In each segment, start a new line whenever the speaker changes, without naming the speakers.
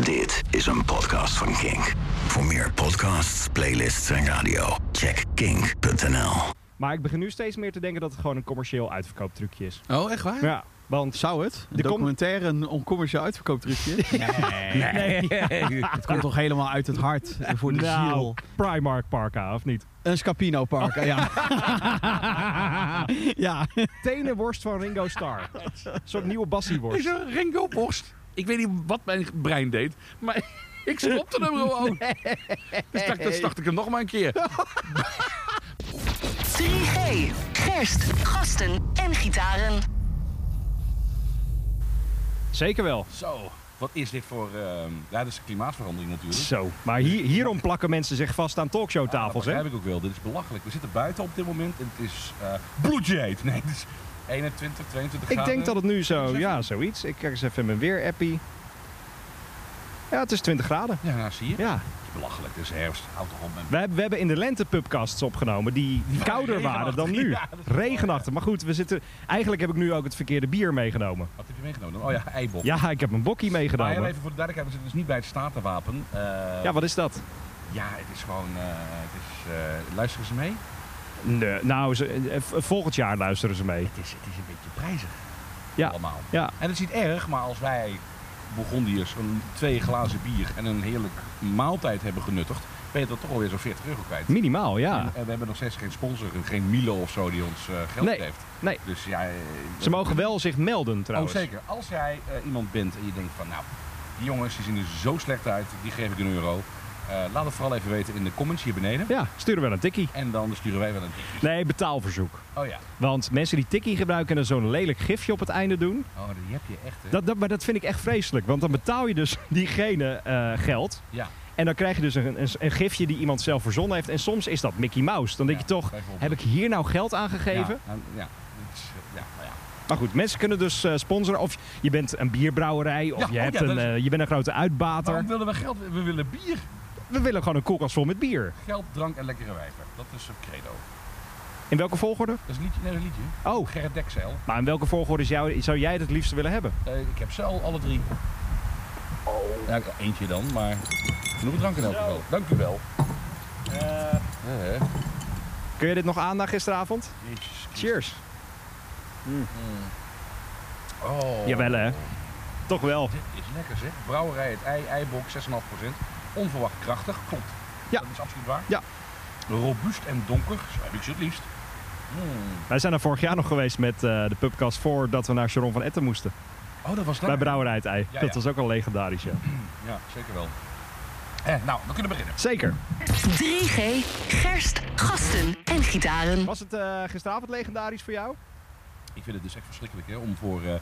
Dit is een podcast van Kink. Voor meer podcasts, playlists en radio, check kink.nl.
Maar ik begin nu steeds meer te denken dat het gewoon een commercieel uitverkooptrucje is.
Oh, echt waar?
Ja, want...
Zou het? Een
Er komt-
documentaire, een oncommercieel uitverkooptrucje? Het komt toch helemaal uit het hart en voor de
nou,
ziel.
Primark Parka, of niet?
Een Scapino Park, eh, ja. ja.
Tenenworst van Ringo Starr. Een soort nieuwe
Ik
bassieworst.
zeg, Ringo Borst. Ik weet niet wat mijn brein deed, maar ik stopte hem gewoon. Dus dacht, dus dacht ik hem nog maar een keer.
3G. Gerst, gasten en gitaren.
Zeker wel.
Zo, wat is dit voor... ehm ja, dat is klimaatverandering natuurlijk.
Zo. Maar hier, hierom plakken mensen zich vast aan talkshowtafels,
Ja,
hè?
dat begrijp ik ook wel. Dit is belachelijk. We zitten buiten op dit moment en het is eh bloedje heet. Nee, het is 21, 22
Ik
graden.
denk dat het nu zo... Ja, zoiets. Ik kijk eens even in mijn weer-appie. Ja, het is 20 graden.
Ja, nou, zie je.
Ja.
Het is belachelijk. Het is herfst. Houd toch op. met-
We, hebben- we hebben in de lente pubcasts opgenomen die, die kouder waren dan nu.
Ja, dat is wel,
Regenachtig. Maar goed, we zitten... Eigenlijk heb ik nu ook het verkeerde bier meegenomen.
Wat heb je meegenomen? Oh ja, eibok.
Ja, ik heb een bokkie
Maar heel
meegenomen.
even voor de duidelijkheid, we zitten dus niet bij het statenwapen. Eh,
Ja, wat is dat?
ja, het is gewoon... eh, het is, eh, luisteren ze mee?
Nee, nou, ze- eh, v- volgend jaar luisteren ze mee.
Het is, het is een beetje prijzig.
Ja.
Allemaal.
Ja.
En het is niet erg, maar als wij Burgondiërs een twee glazen bier en een heerlijk maaltijd hebben genuttigd, ben je dat toch alweer zo'n 40 euro kwijt.
Minimaal, ja.
En, en we hebben nog steeds geen sponsor, geen Milo of zo die ons eh, geld
Nee,
geeft.
nee.
Dus ja, eh,
Ze mogen wel zich melden
Oh,
trouwens.
zeker. Als jij eh, iemand bent en je denkt van, nou, die jongens die zien er zo slecht uit, die geef ik een euro. Eh, laat het vooral even weten in de comments hier beneden.
Ja, sturen wel een tikkie.
En dan sturen wij wel een...
Nee, betaalverzoek.
Oh ja,
Want mensen die tikkie gebruiken en er zo'n lelijk gifje op het einde doen.
oh, die heb je echt, hè?
Dat, dat, maar dat vind ik echt vreselijk. Want dan betaal je dus diegene eh, geld.
Ja.
En dan krijg je dus een, een, een gifje die iemand zelf verzonnen heeft. En soms is dat Mickey Mouse. Dan denk
Ja,
je toch,
bijvoorbeeld.
heb ik hier nou geld aan gegeven?
Ja, nou, ja. Dat is, eh, ja, nou ja.
Maar goed, mensen kunnen dus eh, sponsoren. Of je bent een bierbrouwerij. Of
Ja,
je,
oh
hebt
ja,
een,
dat is-
eh, je bent een grote uitbater.
Waarom willen we geld? We willen bier,
We willen gewoon een koelkast vol met bier.
geld, drank en lekkere wijven. Dat is het credo.
In welke volgorde?
Dat is een liedje, nee, dat is een liedje.
Oh,
Gerrit Dekzeil.
maar in welke volgorde is jou, zou jij het het liefst willen hebben?
Eh, ik heb ze al, alle drie. Oh. Ja, eentje dan, maar genoeg drank in elk geval. Dank u wel. Eh,
Kun je dit nog aan na gisteravond?
jezus.
Cheers.
Oh.
Jawel hè. Toch wel.
Dit is lekker zeg. Brouwerij het ei, eibok 6,5%. Onverwacht krachtig, klopt.
Ja.
Dat is absoluut waar.
Ja.
Robuust en donker, zo heb ik ze het liefst. Mm.
Wij zijn er vorig jaar nog geweest met eh, de pubcast voordat we naar Sharon van Etten moesten.
Oh, dat was
Bij
lekker.
Brouwerij het Ei.
Ja,
dat
ja.
was ook al legendarisch ja.
Ja, zeker wel. Eh, nou, we kunnen beginnen.
Zeker.
3G. Gerst, gasten en gitaren.
Was het eh, gisteravond legendarisch voor jou?
Ik vind het dus echt verschrikkelijk hè, om voor eh,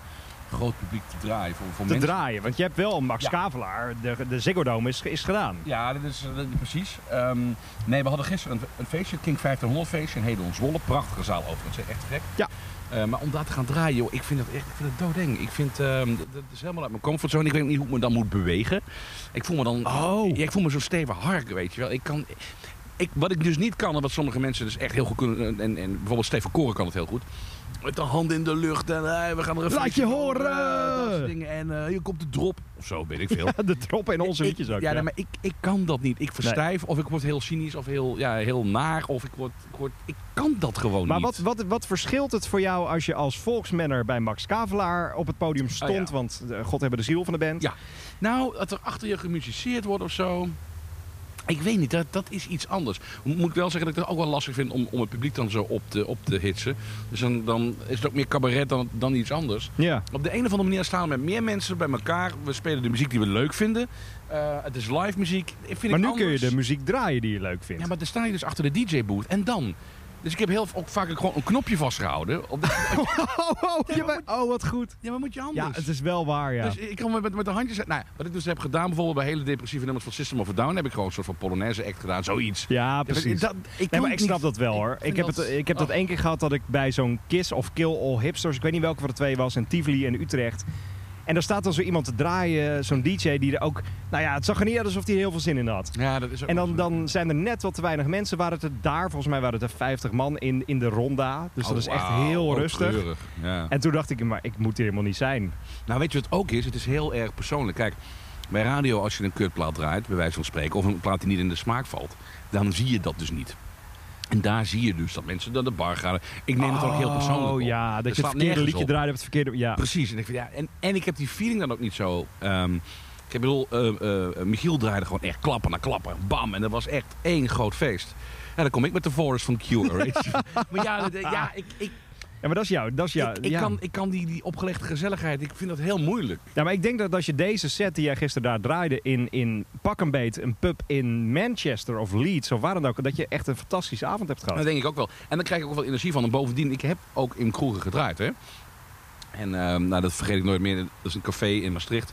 groot publiek te draaien. Voor, voor
Te
mensen.
draaien, want je hebt wel Max
Ja.
Kavelaar. De, de Ziggo Dome is, is gedaan.
Ja, dat is eh, dat- precies. Ehm, nee, we hadden gisteren een, een feestje, het King 1500 feestje in Hedon Zwolle. Prachtige zaal overigens, hè, echt gek.
Ja.
Eh, maar om daar te gaan draaien, joh, ik vind dat echt ik vind dat doodeng. Ik vind, ehm, dat, dat is helemaal uit mijn comfortzone. Ik weet ook niet hoe ik me dan moet bewegen. Ik voel me dan,
Oh.
ja, ik voel me zo stevig hark, weet je wel. Ik kan, ik, wat ik dus niet kan, en wat sommige mensen dus echt heel goed kunnen, en, en bijvoorbeeld Steven Koren kan het heel goed. Met de hand in de lucht en eh, we gaan er een
Laat
feestje
je
doen,
horen!
eh, dat soort dingen. En eh, hier komt de drop, of zo, weet ik veel.
De drop in onze
Ik-
liedjes ook.
Ja,
Ja,
nee, maar ik, ik kan dat niet. Ik verstijf of ik word heel cynisch of heel, ja, heel naar of ik word, ik word... Ik kan dat gewoon
Maar
niet.
wat, wat, wat verschilt het voor jou als je als volksmanner bij Max Kavelaar op het podium stond?
Oh ja.
Want eh, God hebben de ziel van de band.
Ja. Nou, dat er achter je gemusiceerd wordt of zo... Ik weet niet, dat, dat is iets anders. Moet ik wel zeggen dat ik het ook wel lastig vind om, om het publiek dan zo op te, op te hitsen. Dus dan, dan is het ook meer cabaret dan, dan iets anders.
Ja.
Op de een of andere manier staan we met meer mensen bij elkaar. We spelen de muziek die we leuk vinden. Eh, het is live muziek. Ik Vind
Maar
ik
nu kun je
anders.
de muziek draaien die je leuk vindt.
Ja, maar dan sta je dus achter de DJ-booth. En dan? Dus ik heb heel ook vaak gewoon een knopje vastgehouden. Op de-
Oh, oh, je bent- oh, wat goed.
ja, maar moet je anders?
Ja, het is wel waar, ja.
Dus ik kan met, met de handjes... Nou, wat ik dus heb gedaan, bijvoorbeeld bij hele depressieve nummers van System of a Down... heb ik gewoon een soort van Polonaise act gedaan, zoiets.
Ja, precies.
Dat, ik,
Nee,
doe
maar
het
ik snap
niet.
dat wel hoor.
vind
Ik heb,
dat-
het, ik heb dat
oh.
één keer gehad dat ik bij zo'n Kiss of Kill All Hipsters, ik weet niet welke van de twee was, in Tivoli en Utrecht. En daar staat dan zo iemand te draaien, zo'n DJ die er ook, nou ja, het zag er niet uit alsof hij er heel veel zin in had.
Ja, dat is ook
En dan,
zo.
dan zijn er net wat te weinig mensen. Waren het er daar, volgens mij waren het er 50 man in, in de ronda. Dus dat
Oh,
is echt
wauw,
heel
ook
rustig.
kleurig, Ja.
En toen dacht ik, maar ik moet hier helemaal niet zijn.
Nou, weet je wat het ook is? Het is heel erg persoonlijk. Kijk, Bij radio, als je een kutplaat draait, bij wijze van spreken, of een plaat die niet in de smaak valt, dan zie je dat dus niet. En daar zie je dus dat mensen naar de bar gaan. Ik neem het ook heel persoonlijk.
Oh
op.
ja, dat,
Het
je het
slaat
verkeerde
nergens
liedje
op.
draaide op het verkeerde... Ja.
Precies. En ik, vind, ja, en, en ik heb die feeling dan ook niet zo. ehm, ik bedoel, eh, eh, Michiel draaide gewoon echt klappen na klappen. Bam. En dat was echt één groot feest. En dan kom ik met de Forest van QRH. maar ja, dat- ja ik, ik,
Ja, maar dat is jou. Dat is jou.
ik, ik
ja.
kan, ik kan die, die opgelegde gezelligheid, ik vind dat heel moeilijk.
Ja, maar ik denk dat als je deze set die jij gisteren daar draaide in, in pak een beet, een pub in Manchester of Leeds of waar dan ook, dat je echt een fantastische avond hebt gehad.
Dat denk ik ook wel. En dan krijg ik ook wel energie van. En bovendien, ik heb ook in kroegen gedraaid, hè. En ehm, nou, dat vergeet ik nooit meer. Dat is een café in Maastricht.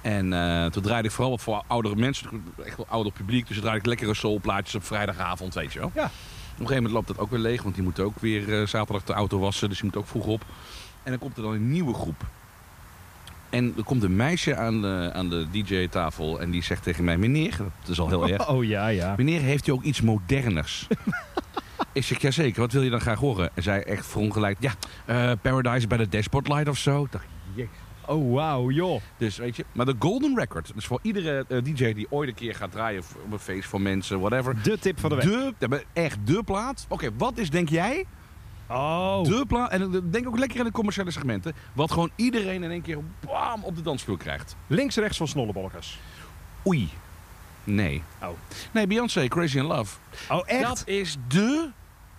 En eh, toen draaide ik vooral voor oudere mensen. Echt wel ouder publiek. Dus dan draaide ik lekkere soulplaatjes op vrijdagavond, weet je wel.
Ja.
Op een gegeven moment loopt dat ook weer leeg, want die moet ook weer eh, zaterdag de auto wassen, dus die moet ook vroeg op. En dan komt er dan een nieuwe groep. En er komt een meisje aan de, aan de DJ-tafel en die zegt tegen mij: Meneer, dat is al heel erg.
Oh ja, ja.
Meneer, heeft u ook iets moderners? ik zeg: Jazeker, wat wil je dan graag horen? En zij echt verongelijkt: Ja, eh, Paradise by the Dashboard Light of zo. Ik dacht,
Oh wauw, joh.
dus weet je, maar de Golden Record, dus voor iedere eh, DJ die ooit een keer gaat draaien voor- op een feest voor mensen, whatever.
De tip van de week.
De, ja, maar echt de plaat. Oké, wat is denk jij
Oh.
de plaat, en ik denk ook lekker in de commerciële segmenten, wat gewoon iedereen in één keer bam, op de dansvloer krijgt.
Links, rechts van snollebolkers.
Oei. Nee.
Oh.
Nee, Beyoncé, Crazy in Love.
Oh
Dat is de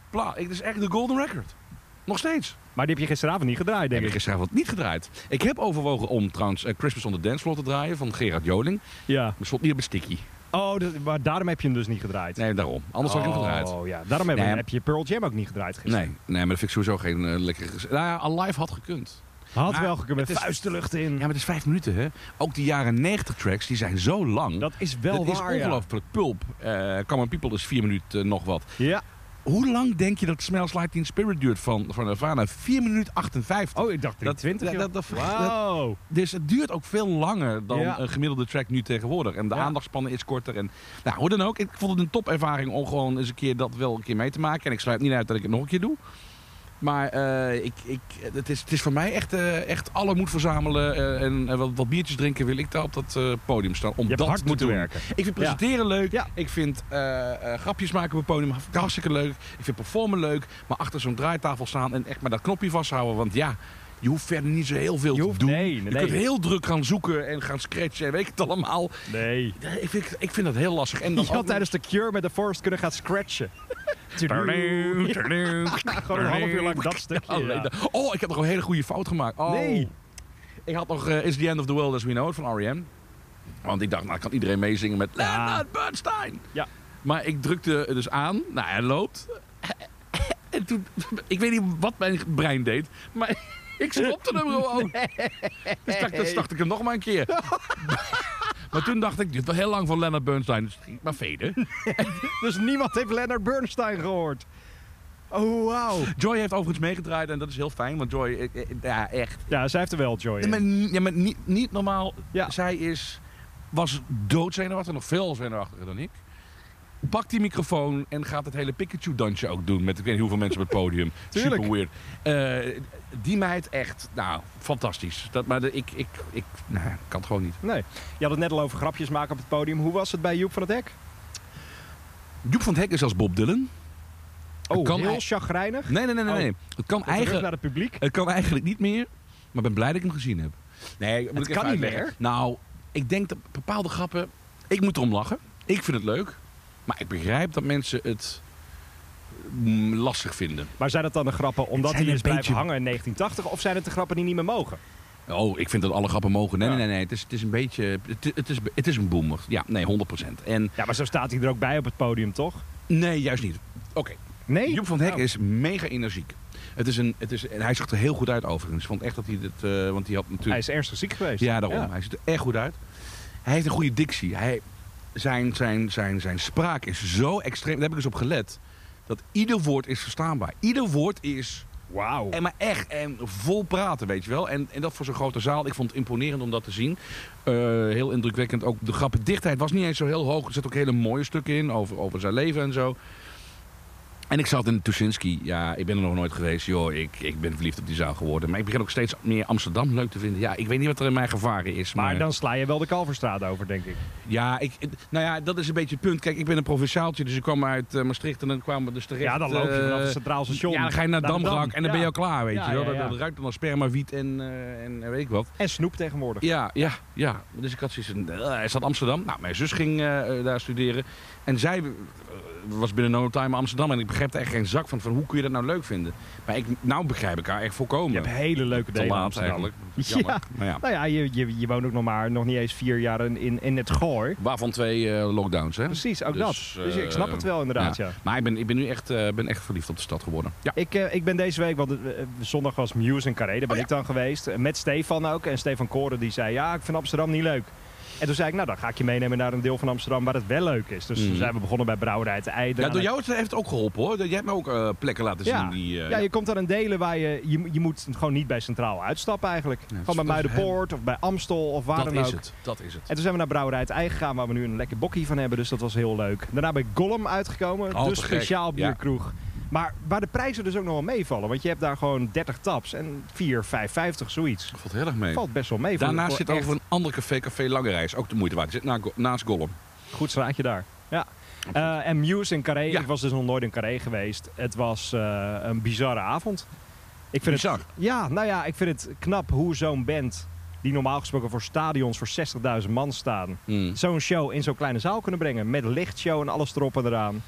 plaat. Ik- Dat is echt de golden record. Nog steeds.
Maar die heb je gisteravond niet gedraaid,
Heb
denk
ik
ik.
gisteravond niet gedraaid. Ik heb overwogen om trouwens eh, Christmas on the Dance Floor te draaien van Gerard Joling. Maar
Ja.
het stond niet op een sticky.
Oh, dat- maar daarom heb je hem dus niet gedraaid.
Nee, daarom. Anders had ik hem gedraaid.
Oh ja, daarom heb,
Nee.
heb je Pearl Jam ook niet gedraaid gisteren.
Nee, nee, maar dat vind ik sowieso geen eh, lekkere... gez- Nou ja, Alive had gekund.
Had
Maar
wel gekund met
het is-
vuist de lucht in.
Ja, maar het is vijf minuten, hè. Ook die jaren 90 tracks, die zijn zo lang.
dat is wel
dat
waar,
is ongelooflijk. Pulp, eh Common People is vier minuten nog wat.
Ja.
Hoe lang denk je dat Smells Like Teen Spirit duurt van, van Nirvana? 4 minuten 58.
Oh, ik dacht
Dat-
23.
dat-
joh.
dat- dat-
Wauw.
Dus het duurt ook veel langer dan
Ja.
een gemiddelde track nu tegenwoordig. En de
Ja.
aandachtspannen is korter. En, nou, hoe dan ook. Ik vond het een topervaring om gewoon eens een keer dat wel een keer mee te maken. En ik sluit niet uit dat ik het nog een keer doe. Maar eh, ik, ik, het, is, het is voor mij echt, eh, echt alle moed verzamelen. eh, en eh, wat, wat biertjes drinken wil ik daar op dat eh, podium staan. Om
Je hebt
dat
hard
te
moeten
doen.
werken.
Ik vind presenteren leuk.
Ja.
Ik vind eh, eh, grapjes maken op het podium hartstikke leuk. Ik vind performen leuk. Maar achter zo'n draaitafel staan en echt maar dat knopje vasthouden. Want ja, je hoeft verder niet zo heel veel
Je
te
hoeft,
doen.
nee, nee,
Je kunt
nee.
heel druk gaan zoeken en gaan scratchen en weet ik het allemaal.
nee.
Ik vind, ik vind dat heel lastig. En dan
Je had
ook-
tijdens de Cure met de Forest kunnen gaan scratchen. Tudu. Gewoon een half uur lang dat stukje.
Alleen
ja.
dat- Oh, ik heb nog een hele goede fout gemaakt. Oh.
Nee.
Ik had nog eh, It's the End of the World As We Know It van R.E.M. Want ik dacht, nou kan iedereen meezingen met
Ja.
Leonard Bernstein.
Ja.
Maar ik drukte dus aan. Nou, hij loopt. En toen, ik weet niet wat mijn brein deed, maar ik stopte hem gewoon. Dus dacht, dan start ik hem nog maar een keer. maar toen dacht ik, dit was heel lang van Leonard Bernstein, dus ging ik maar veden.
Dus niemand heeft Leonard Bernstein gehoord. Oh, wauw.
Joy heeft overigens meegedraaid en dat is heel fijn, want Joy, eh, eh, ja echt.
Ja, zij heeft er wel joy
Ja, maar,
in.
ni- ja, maar niet, niet normaal.
Ja.
Zij is, was doodzenuwachtig, nog veel zenuwachtiger dan ik. Pakt die microfoon en gaat het hele Pikachu-dansje ook doen. Met ik weet niet hoeveel mensen op het podium.
Tuurlijk.
Super weird. Eh, die meid echt, nou, fantastisch. Dat, maar de- ik, ik, ik nou, ik kan het gewoon niet.
Nee. Je had het net al over grapjes maken op het podium. Hoe was het bij Joep van het Hek?
Joep van het Hek is als Bob Dylan.
Oh,
Kan
heel
hij-
chagrijnig.
Nee, nee, nee, nee.
Oh.
nee. Het, kan
Op de rug
eigen,
naar het publiek.
het kan eigenlijk niet meer. Maar ik ben blij dat ik hem gezien heb. Nee, moet ik even
kan niet
uitleggen.
meer.
Nou, ik denk dat bepaalde grappen... Ik moet erom lachen. Ik vind het leuk. Maar ik begrijp dat mensen het mm, lastig vinden.
Maar zijn dat dan de grappen omdat
zijn
hij
een
is blijven
beetje-
hangen in 1980? Of zijn het de grappen die niet meer mogen?
Oh, ik vind dat alle grappen mogen. Nee,
Ja.
nee, nee. nee. Het, is, het is een beetje... Het, het, is, het is een boomer. Ja, nee, 100%. En
Ja, maar zo staat hij er ook bij op het podium, toch?
nee, juist niet. Oké.
Nee?
Joep van het Hek
Oh.
is mega energiek. Het is een, het is, en hij zag er heel goed uit overigens. Ik vond echt dat hij dit... eh, want hij had natuurlijk...
Hij is ernstig ziek geweest.
Ja, daarom. Hij ziet er echt goed uit. Hij heeft een goede dictie. Hij, zijn, zijn, zijn, zijn spraak is zo extreem. Daar heb ik dus op gelet. Dat ieder woord is verstaanbaar. Ieder woord is.
Wauw.
En maar echt. En vol praten, weet je wel. En, en dat voor zo'n grote zaal. Ik vond het imponerend om dat te zien. Eh, heel indrukwekkend. Ook de grappendichtheid was niet eens zo heel hoog. Er zat ook hele mooie stukken in. Over, over zijn leven en zo. En ik zat in Tuschinski. Ja, ik ben er nog nooit geweest. Joh, ik, ik ben verliefd op die zaal geworden. Maar ik begin ook steeds meer Amsterdam leuk te vinden. Ja, ik weet niet wat er in mij gevaren is. Maar,
Maar dan sla je wel de Kalverstraat over, denk ik.
Ja, ik, nou ja, dat is een beetje het punt. Kijk, ik ben een provinciaaltje, dus ik kwam uit eh, Maastricht en dan kwamen we dus terecht.
Ja, dan loop je vanaf het
eh,
centraal station.
Ja, dan ga je naar Damrak en dan ben je al klaar, weet
Ja,
je wel.
ja,
Dat-
ja.
Dat ruikt dan al sperma, wiet en, eh, en eh, weet ik wat.
En snoep tegenwoordig.
Ja, ja, ja. Dus ik had zoiets van, eh, is dat Amsterdam? Nou, mijn zus ging eh, eh, daar studeren. En zij eh, was binnen no time Amsterdam. En ik begreep er echt geen zak van, van hoe kun je dat nou leuk vinden? Maar ik, nou begrijp ik haar echt
Je
volkomen.
hebt hele leuke
Te
dingen in
laat
Amsterdam.
eigenlijk. Jammer.
Ja.
Maar ja.
Nou ja, je, je, je woont ook nog maar nog niet eens vier jaar in- in, in het gooi.
Waarvan twee eh, lockdowns, hè?
Precies, ook
Dus,
dat. Dus ik snap
eh,
het wel inderdaad, ja.
Maar ik ben, ik ben nu echt, eh, ben echt verliefd op de stad geworden. Ja.
Ik, eh, ik ben deze week, want eh, eh, zondag was Muse en Carré, daar ben
Oh, ja.
ik dan geweest. Eh, Met Stefan ook. En Stefan Koren die zei, ja, ik vind Amsterdam niet leuk. En toen zei ik, nou dan ga ik je meenemen naar een deel van Amsterdam waar het wel leuk is. Dus toen
Mhm.
zijn we begonnen bij Brouwerij het Ei.
Ja,
daarna-
door jou heeft het ook geholpen hoor. Jij hebt me ook eh, plekken laten zien
Ja.
die... eh,
ja, je komt aan een delen waar je, je, moet- je moet gewoon niet bij Centraal uitstappen eigenlijk.
het
gewoon bij
is- dat is
Muidenpoort of bij Amstel of waar
dat
dan
is
ook.
het. Dat is het.
En toen zijn we naar Brouwerij het Ei gegaan, waar we nu een lekker bokkie van hebben. Dus dat was heel leuk. Daarna bij Gollum uitgekomen,
Oh, te
dus
gek.
speciaal
Ja.
bierkroeg. Maar waar de prijzen dus ook nog wel meevallen. Want je hebt daar gewoon 30 taps en 4, 5, 50, zoiets.
Valt heel erg mee.
Valt best wel mee. voor-
Daarnaast
voor
zit
echt
over een ander café, Café Lange Reis. Ook de moeite waard. Die Zit na- naast Gollum.
Goed straatje daar. Ja. Eh, en Muse in Carré.
Ja.
Ik was dus nog nooit in Carré geweest. Het was eh, een bizarre avond. Ik vind
Bizar.
Het, ja, nou ja, ik vind het knap hoe zo'n band... die normaal gesproken voor stadions voor 60.000 man staan...
Mm.
zo'n show in zo'n kleine zaal kunnen brengen. Met lichtshow en alles erop en eraan.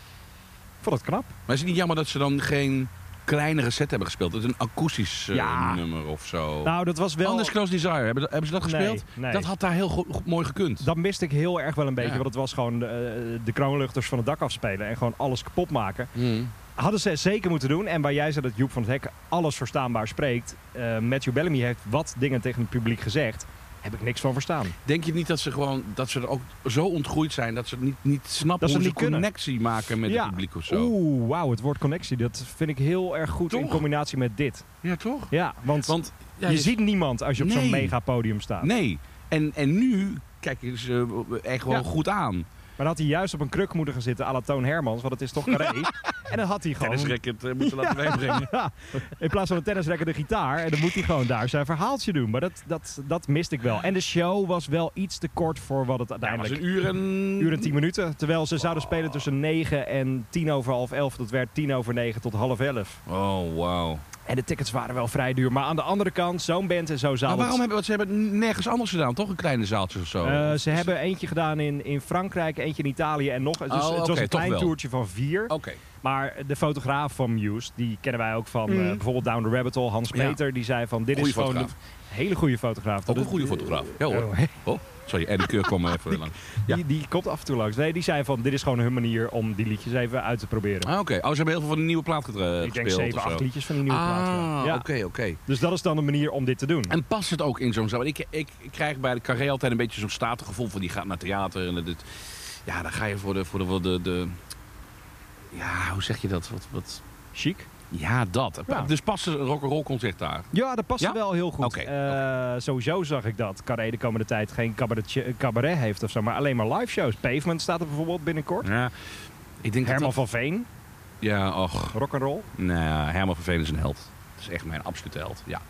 Ik vond het knap.
Maar is het niet jammer dat ze dan geen kleinere set hebben gespeeld? Het is een akoestisch eh,
Ja.
nummer of zo.
Nou, dat was wel...
Oh. Anders Close Desire, hebben, hebben ze dat
Nee,
gespeeld?
nee.
Dat had daar heel goed, goed- mooi gekund.
Dat miste ik heel erg wel een beetje.
Ja.
Want het was gewoon eh, de kroonluchters van het dak afspelen. En gewoon alles kapot maken.
Mm.
Hadden ze zeker moeten doen. En waar jij zei dat Joep van het Hek alles verstaanbaar spreekt. eh, Matthew Bellamy heeft wat dingen tegen het publiek gezegd. Heb ik niks van verstaan.
Denk je niet dat ze gewoon dat ze er ook zo ontgroeid zijn dat ze niet, niet snappen
Dat ze
hoe ze
niet kunnen.
connectie maken met
Ja.
het publiek of zo?
Oeh, wauw, het woord connectie. Dat vind ik heel erg goed in
Toch?
combinatie met dit.
Ja, toch?
Ja, want,
Want ja,
je
dus-
ziet niemand als je op zo'n
Nee.
megapodium staat.
Nee. En, en nu kijken ze eh, echt wel
Ja.
goed aan.
Maar dan had hij juist op een kruk moeten gaan zitten à la Toon Hermans. Want het is toch carré. en dan had hij gewoon
Tennisracket eh, moeten laten wegbrengen.
In plaats van een tennisrekker de gitaar. En dan moet hij gewoon daar zijn verhaaltje doen. Maar dat, dat, dat miste ik wel. En de show was wel iets te kort voor wat het
Ja, was
uiteindelijk...
een uur en...
uur en tien minuten. Terwijl ze zouden spelen tussen 9 en tien over half elf. Dat werd tien over negen tot half elf.
Oh, wauw.
En de tickets waren wel vrij duur. Maar aan de andere kant, zo'n band en zo'n zaal...
Maar waarom
dat-
hebben want ze hebben nergens anders gedaan, toch? Een kleine zaaltje of zo?
Eh, ze hebben eentje gedaan in, in Frankrijk, eindje in Italië en nog. Dus
Oh,
het was
oké,
een
toch
klein
wel. Oh,
toertje van vier.
Oké.
Maar de fotograaf van Muse, die kennen wij ook van eh, bijvoorbeeld Down the Rabbit Hole, Hans
Ja.
Peter. Die zei van, dit
Goeie
is gewoon
fotograaf.
een hele goede fotograaf. Dat
Ook een
is-
goede fotograaf. Ja hoor.
Oh, hè?
Oh, sorry. En de keur kwam er even lang. Ja.
Die, die komt af en toe langs. Nee, die zei van, dit is gewoon hun manier om die liedjes even uit te proberen.
Ah, oké. Oh, ze hebben heel veel van de nieuwe plaat getra-
ik denk
gespeeld
zeven,
of zo.
acht liedjes van die nieuwe plaat.
Ah,
gedaan.
oké,
Ja.
oké.
Dus dat is dan een manier om dit te doen.
En past het ook in zo'n zaal? Ik, ik, ik krijg bij de carré altijd een beetje zo'n statig gevoel van die gaat naar theater. En dit, ja, dan ga je voor de, voor de, voor de, de... Ja, hoe zeg je dat? Wat, wat...
Chic.
Ja, dat.
Ja.
Dus past een rock'n'roll concert daar?
Ja, dat past
Ja?
wel heel goed.
Oké,
Eh, Sowieso zag ik dat Carré de komende tijd geen cabaretje- cabaret heeft of zo, maar alleen maar live shows. Pavement staat er bijvoorbeeld binnenkort.
Ja. Ik denk
Herman
Mm, dat
van Veen,
dat- Ja, och.
rock'n'roll.
Nou, ja, Herman van Veen is een held. Dat is echt mijn absolute held, ja.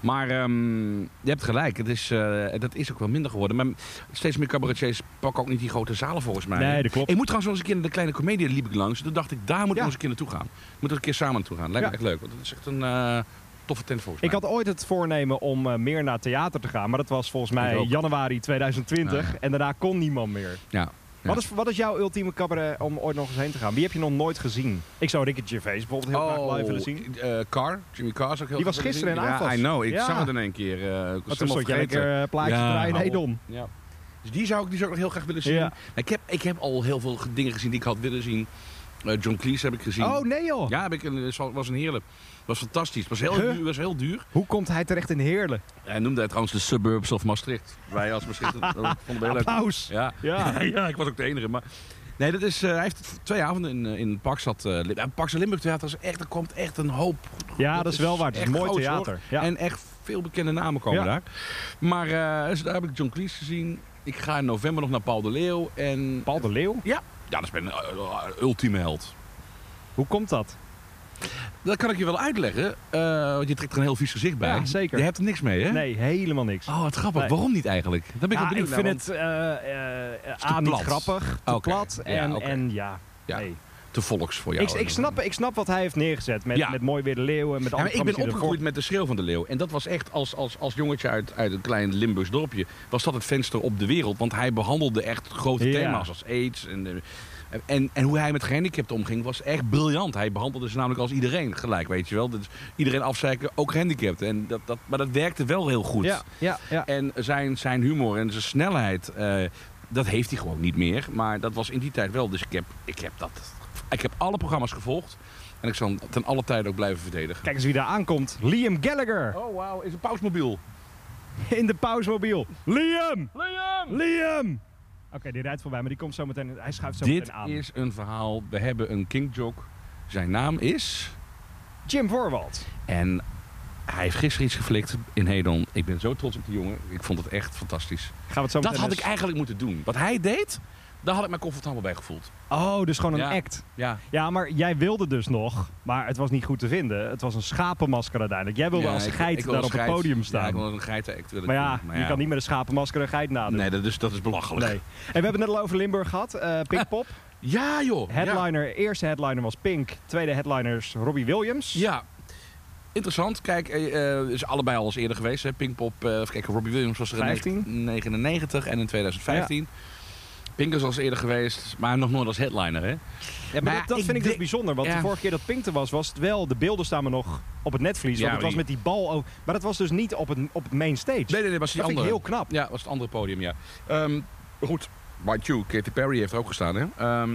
Maar ehm, je hebt gelijk, het is, eh, dat is ook wel minder geworden. Maar steeds meer cabaretiers pakken ook niet die grote zalen volgens mij.
Nee, dat klopt.
Ik moet trouwens wel eens een keer naar de kleine comedie liep ik langs. Toen dacht ik, daar moet ik
Ja.
nog eens een keer naartoe gaan. Ik moet er een keer samen naartoe gaan. Lijkt
Ja.
me echt leuk. Want dat is echt een eh, toffe tent volgens
Ik
mij.
had ooit het voornemen om eh, meer naar theater te gaan, maar dat was volgens mij
Ik ook.
januari 2020 en daarna kon niemand meer.
Ja. Ja.
Wat, is, wat is jouw ultieme cabaret om ooit nog eens heen te gaan? Wie heb je nog nooit gezien? Ik zou Ricky Gervais bijvoorbeeld heel graag live willen zien.
eh, Carr. Jimmy Carr is ook heel
Die was
graag willen
gisteren
zien.
in
Ja,
Avals.
I know. Ik
Ja.
zag het in één keer. eh, ik was
Maar toen
helemaal
stond jij
vergeten.
lekker eh, plaatje
Ja,
te draaien. Hey
hou op.
Don.
Ja. Dus die zou, ik, die zou ik nog heel graag willen zien.
Ja.
Nou, Ik, heb, ik heb al heel veel ge- dingen gezien die ik had willen zien. Eh, John Cleese heb ik gezien.
Oh nee joh!
Ja, heb ik, een- was- was een heerlijk. Was fantastisch. Was heel,
Huh?
duur, was heel duur.
Hoe komt hij terecht in Heerlen?
Hij noemde het trouwens de suburbs of Maastricht. Wij als Maastricht dat vonden we heel leuk.
Applaus!
Ja.
Ja.
Ja. ik was ook de enige. Maar... Nee, dat is, eh, hij heeft twee avonden in, eh, in het Parkstad, eh, Lim- eh, Parkstad Limburg Theater. Dat Is echt, er komt echt een hoop.
Ja, dat is wel waar. Het is
echt
mooi
groot,
theater.
hoor.
Ja.
En echt veel bekende namen komen
Ja.
daar. Maar eh, dus daar heb ik John Cleese gezien. Ik ga in november nog naar Paul de Leeuw. En
Paul de Leeuw?
ja, dat is mijn eh, eh, ultieme held.
Hoe komt dat?
Dat kan ik je wel uitleggen. eh, want je trekt er een heel vies gezicht bij.
Ja, zeker.
Je hebt er niks mee, hè?
Nee, helemaal niks.
Oh, wat grappig.
Nee.
Waarom niet eigenlijk? Daar ben ik
Ja,
wel benieuwd
ik
naar,
vind
want
het eh, eh, eh,
te
A, niet
plat. Ah,
grappig, te
Oké,
plat
ja,
en ja.
oké.
En, ja.
Ja,
nee.
te volks voor jou.
ik, ik, snap, ik snap wat hij heeft neergezet met,
Ja.
met Mooi Weer de Leeuw en met
Ja,
alle
maar ik ben
programma's die ervoor-
opgegroeid met de Schreeuw van de Leeuw. En dat was echt als, als, als jongetje uit, uit een klein Limburgs dorpje. Was dat het venster op de wereld. Want hij behandelde echt grote
Ja.
thema's als aids. En, eh, en, en hoe hij met gehandicapten omging was echt briljant. Hij behandelde ze namelijk als iedereen gelijk, weet je wel. Dus iedereen afzeiken, ook gehandicapten. En dat, dat, maar dat werkte wel heel goed.
Ja, ja, ja.
En zijn, zijn humor en zijn snelheid, eh, dat heeft hij gewoon niet meer. Maar dat was in die tijd wel. Dus ik heb, ik heb, dat, ik heb alle programma's gevolgd. En ik zal hem ten alle tijde ook blijven verdedigen.
Kijk eens wie daar aankomt. Liam Gallagher
Oh, wauw, is een pausmobiel.
in de pausmobiel. Liam! Liam! Liam! Oké, die rijdt voorbij, maar die komt zo meteen. Hij schuift zo
Dit
meteen aan.
is een verhaal. We hebben een King Jock. Zijn naam is.
Jim Voorwald.
En hij heeft gisteren iets geflikt in Hedon. Ik ben zo trots op die jongen. Ik vond het echt fantastisch.
Gaan we het zo
Dat
meteen
had ik
eens-
eigenlijk moeten doen. Wat hij deed, daar had ik me comfortabel bij gevoeld.
Oh, dus gewoon een
Ja.
act.
Ja.
Ja, maar jij wilde dus nog, maar het was niet goed te vinden. Het was een schapenmasker uiteindelijk. Jij wilde
Ja,
als
ik-
geit
ik wil
daar
als
op het
geit-
podium
Ja, ik
staan.
wil een geitenact willen
maar,
doen.
ja, je kan niet met een schapenmasker een geit nadoen.
Nee, dat is, dat is belachelijk.
Ah, Nee. En we hebben het net al over Limburg gehad. Eh Pinkpop.
Ja, joh. Ja.
Headliner, eerste headliner was Pink. Tweede headliner is Robbie Williams.
Ja. Interessant. Kijk, eh, eh, is allebei al eens eerder geweest. Hè? Pinkpop, eh even kijken, Robbie Williams was er in
15.
1999 en in 2015. Pink is al eens eerder geweest, maar nog nooit als headliner. Hè?
Ja, maar
Maar
dat, dat
ik
vind ik
denk-
dus bijzonder. Want
Ja.
de vorige keer dat Pink er was, was het wel... De beelden staan me nog op het netvlies.
Ja,
want het
maar
was met die bal ook... Maar dat was dus niet op het, op het main stage.
Nee, nee, nee, was die
dat vind ik
andere.
heel knap.
Ja, was het andere podium, ja. Ehm, goed, Mind You, Katy Perry heeft er ook gestaan, hè? Ehm,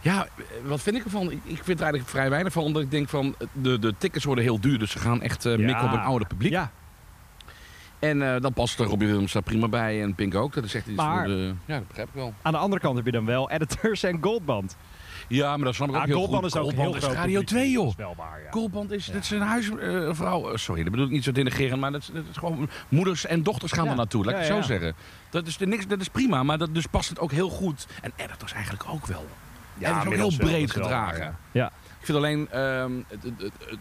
ja, eh, wat vind ik ervan? Ik ik vind er eigenlijk vrij weinig van, omdat ik denk van... eh, de, de tickets worden heel duur, dus ze gaan echt eh, mikken op een ouder publiek.
Ja,
En eh, dan past de Robbie Williams daar prima bij en Pink ook. Dat is echt iets
Maar-
voor de- Ja, dat begrijp ik wel.
aan de andere kant heb je dan wel editors en Goldband.
Ja, maar dat snap ik ook
Ah,
heel
Goldband
goed.
is ook een heel
is
groot
Radio
publiek,
2,
Dat
joh.
is wel waar, ja.
Koolband is, dat is een huisvrouw. sorry, dat bedoel ik niet zo denigrerend, maar dat is, dat is gewoon moeders en dochters gaan
Ja.
er naartoe, laat ik
Ja,
het zo
ja, ja.
zeggen. Dat is, de- niks, dat is prima, maar dat, dus past het ook heel goed. En editors eigenlijk ook wel. Ja, het is ook
inmiddels
heel
wel,
breed
dat is wel
gedragen.
waar, ja.
Ik vind alleen ehm, het, het, het, het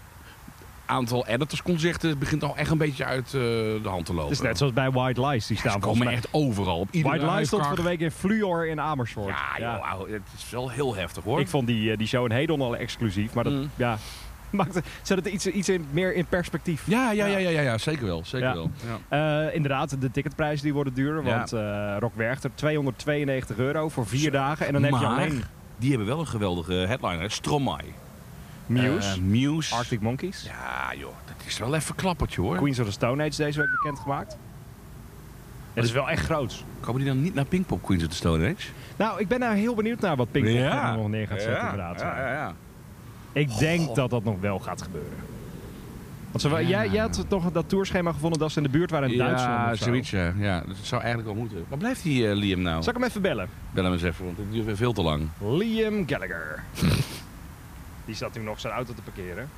aantal editorsconcerten begint al echt een beetje uit eh, de hand te lopen.
Het is net zoals bij White Lies. Die
Ja, ze
staan volgens
komen
mij...
echt overal. Op iedere
White Lies stond
huiskar.
voor de week in Fluor in Amersfoort.
Ja, joh, ouwe, het is wel heel heftig hoor.
Ik vond die, eh, die show in Hedon al exclusief, maar dat
Mm.
ja, maakt het, zet het iets, iets in, meer in perspectief.
ja, ja, ja, ja, ja, ja, zeker wel. Zeker
Ja.
wel.
Eh, inderdaad, de ticketprijzen die worden duurder,
Ja.
want eh Rock Werchter 292 euro voor vier dagen. En dan heb je
Maar
alleen
die hebben wel een geweldige headliner. hè. Stromae.
Muse,
Eh, Muse.
Arctic Monkeys,
Ja, joh. Dat is wel even een klappertje, hoor.
Queens of the Stone Age deze week bekendgemaakt. Het is wel echt groots.
Komen die dan niet naar Pinkpop Queens of the Stone Age?
Nou, ik ben daar heel benieuwd naar wat Pinkpop er nog neer gaat zetten inderdaad.
Ja, ja, ja.
Ik denk dat dat nog wel gaat gebeuren. Want ze, wa- jij, jij had toch dat tourschema gevonden dat ze in de buurt waren in Duitsland
Ja,
of zo.
zoiets, ja. ja. Dat zou eigenlijk wel moeten. Waar blijft die eh, Liam nou?
Zal ik hem even bellen?
Bel hem eens even, want het duurt weer veel te lang.
Liam Gallagher. die staat nu nog zijn auto te parkeren.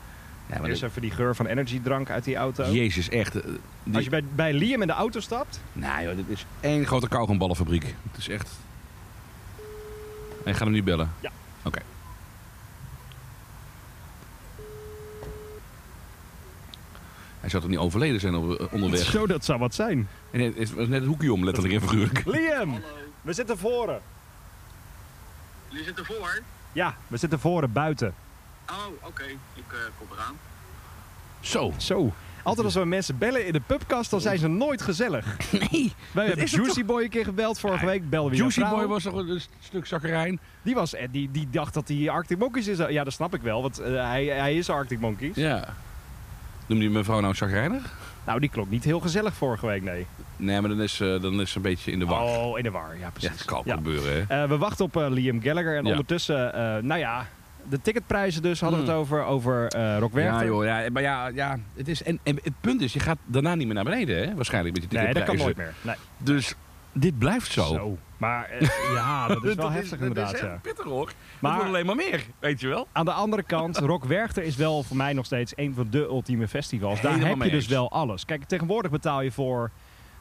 Ja, maar
Eerst
dat-
even die geur van energiedrank uit die auto.
Jezus, echt. eh, die-
Als je bij, bij Liam in de auto stapt,
Nou joh, dit is één grote kauwgomballenfabriek. Het is echt... En ga hem nu bellen.
Ja.
Oké. Hij zou toch niet overleden zijn op, eh, onderweg?
zo dat zou wat zijn.
En het is net het hoekje om, letterlijk en figuurlijk.
Liam, we zitten voren.
Jullie zitten voor?
Ja, we zitten voren buiten.
Oh, oké. Ik eh, kom eraan.
Zo.
Zo. Altijd als we mensen bellen in de pubkast, dan zijn ze nooit gezellig.
Nee.
Wij hebben
is het
Juicy Boy een keer gebeld vorige week. Belden we jouw
Juicy
vrouw.
Boy was toch een een stuk zakkerijn?
Die, was, eh, die, die dacht dat hij Arctic Monkeys is. Ja, dat snap ik wel, want eh, hij, hij is Arctic Monkeys.
Ja. Noemde je mevrouw nou zakkerijnig?
Nou, die klonk niet heel gezellig vorige week, nee.
Nee, maar dan is, eh, dan is ze een beetje in de war.
Oh, in de war. Ja,
ja,
precies.
dat kan ook
Ja.
gebeuren, hè?
Eh, we wachten op eh, Liam Gallagher. En
Ja.
ondertussen, eh, nou ja, de ticketprijzen dus hadden we het over. Over eh Rock Werchter.
Hmm. Ja, joh, ja, maar ja, ja het is, en, en het punt is, je gaat daarna niet meer naar beneden, hè? Waarschijnlijk met die
nee, dat kan
ticketprijzen.
nooit meer. Nee.
Dus dit blijft zo.
Maar eh, ja, dat is wel
Dat
heftig
dat
inderdaad.
is echt
ja.
pittig hoor. Maar...
Maar-
Het wordt alleen maar meer, weet je wel.
Aan de andere kant, Rock Werchter is wel voor mij nog steeds een van de ultieme festivals. Daar
Helemaal
heb je
mee
dus
eens.
wel alles. Kijk, tegenwoordig betaal je voor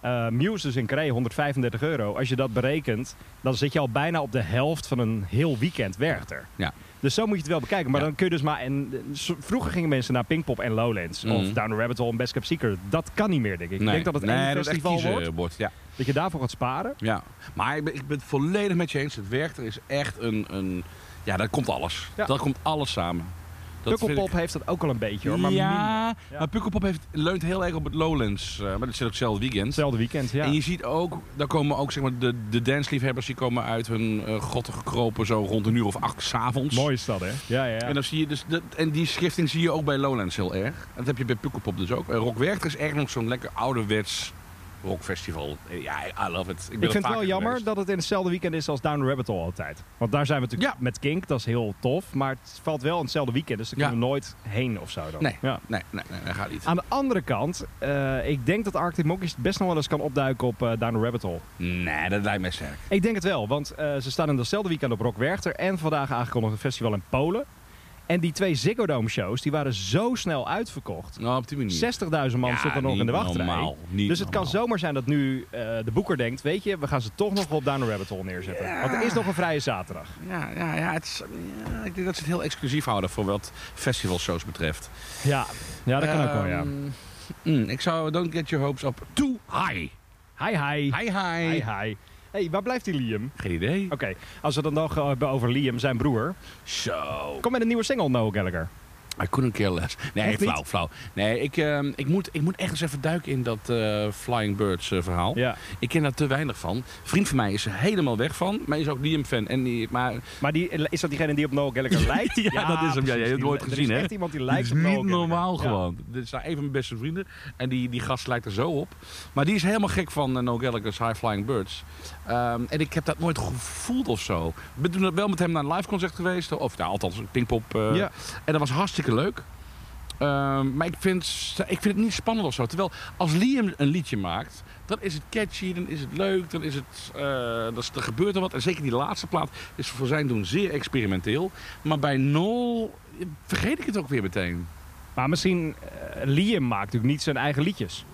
eh, eh Muse is in Korea 135 euro. Als je dat berekent, dan zit je al bijna op de helft van een heel weekend werchter.
Ja.
Dus zo moet je het wel bekijken. Maar
Ja.
dan kun je dus maar... En, eh, zo- vroeger gingen mensen naar Pinkpop en Lowlands. Of
Mhm.
Down the Rabbit Hole en Best Kept Secret. Dat kan niet meer, denk ik.
Nee.
Ik denk dat het
nee,
één
dat is echt
festival
kiezen
wordt.
wordt. Ja.
Dat je daarvoor gaat sparen.
Ja, maar ik ben, ik ben het volledig met je eens. Het werkt, er is echt een... een ja, daar komt alles.
Ja.
Daar komt alles samen. Dat vind ik-
Pukkelpop heeft dat ook al een beetje hoor. Maar minder.
ja,
Ja.
maar Pukkelpop heeft, leunt heel erg op het Lowlands. eh, maar dat zit ook hetzelfde weekend.
Hetzelfde weekend, ja.
En je ziet ook, daar komen ook zeg maar, de, de dansliefhebbers die komen uit hun eh, grotten gekropen zo rond een uur of acht s'avonds.
Mooi is dat, hè? Ja, ja. ja.
En, dan zie je dus dat, en die schifting zie je ook bij Lowlands heel erg. En dat heb je bij Pukkelpop dus ook. En Rock Werchter is echt nog zo'n lekker ouderwets rockfestival. Eh, Ja, I love it.
ik vind het wel jammer
dat
dat het in hetzelfde weekend is als Down the Rabbit Hole altijd. Want daar zijn we natuurlijk
Ja.
met Kink, dat is heel tof. Maar het valt wel in hetzelfde weekend, dus daar
Ja.
kunnen we nooit heen of zo dan.
Nee.
Ja. Ah.
Nee, nee, nee, dat gaat niet.
Aan de andere kant, eh, ik denk dat Arctic Monkeys best nog wel eens kan opduiken op eh, Down the Rabbit Hole.
Nee, dat lijkt mij sterk.
Ik denk het wel, want eh, ze staan in datzelfde weekend op Rock Werchter en vandaag aangekondigd een festival in Polen. En die twee Ziggo Dome shows, die waren zo snel uitverkocht.
Nou, op die manier.
60.000 man
Ja,
zitten nog
niet
in de wachtrij.
normaal, niet
dus het kan
normaal.
zomaar zijn dat nu eh, de boeker denkt... weet je, we gaan ze toch nog op Down the Rabbit Hole neerzetten. Want er is nog een vrije zaterdag.
Ja, ja, ja, het is, ja, ik denk dat ze het heel exclusief houden voor wat festivalshows betreft.
Ja, ja dat kan ook wel, ja.
Ehm, mm, ik zou Don't Get Your Hopes Up Too High.
Hi, hi.
Hi, hi.
Hi, hi. hey, waar blijft die Liam?
Geen idee.
Oké, als we het dan nog eh, hebben over Liam, zijn broer.
Zo.
Kom met een nieuwe single, Noah Gallagher.
I couldn't care less. Nee,
Echt niet?
flauw, flauw. Nee, ik, ehm, ik, moet, ik moet echt eens even duiken in dat eh, Flying Birds eh, verhaal.
Ja.
Ik ken daar te weinig van. vriend van mij is er helemaal weg van. Maar is ook Liam-fan. En die, maar
Maar die, is dat diegene die op Noah Gallagher lijkt?
Ja, dat is hem. Ja,
precies.
je hebt het
Die-
nooit gezien,
Er is
hè?
echt iemand die
Het
lijkt
is
op Noah
niet
Gallagher.
normaal
Ja.
gewoon. Dit zijn een van mijn beste vrienden. En die, die gast lijkt er zo op. Maar die is helemaal gek van eh, No Gallagher's High Flying Birds. Ehm, en ik heb dat nooit gevoeld of zo. Ik ben toen wel met hem naar een live concert geweest. Of nou, althans, een Pinkpop. eh,
Ja.
En dat was hartstikke leuk. Ehm, maar ik vind, ze- ik vind het niet spannend of zo. Terwijl als Liam een liedje maakt, dan is het catchy, dan is het leuk, dan is het, eh, dat is, er gebeurt er wat. En zeker die laatste plaat is voor zijn doen zeer experimenteel. Maar bij Nol eh, vergeet ik het ook weer meteen.
Maar misschien, eh, Liam maakt natuurlijk niet zijn eigen liedjes.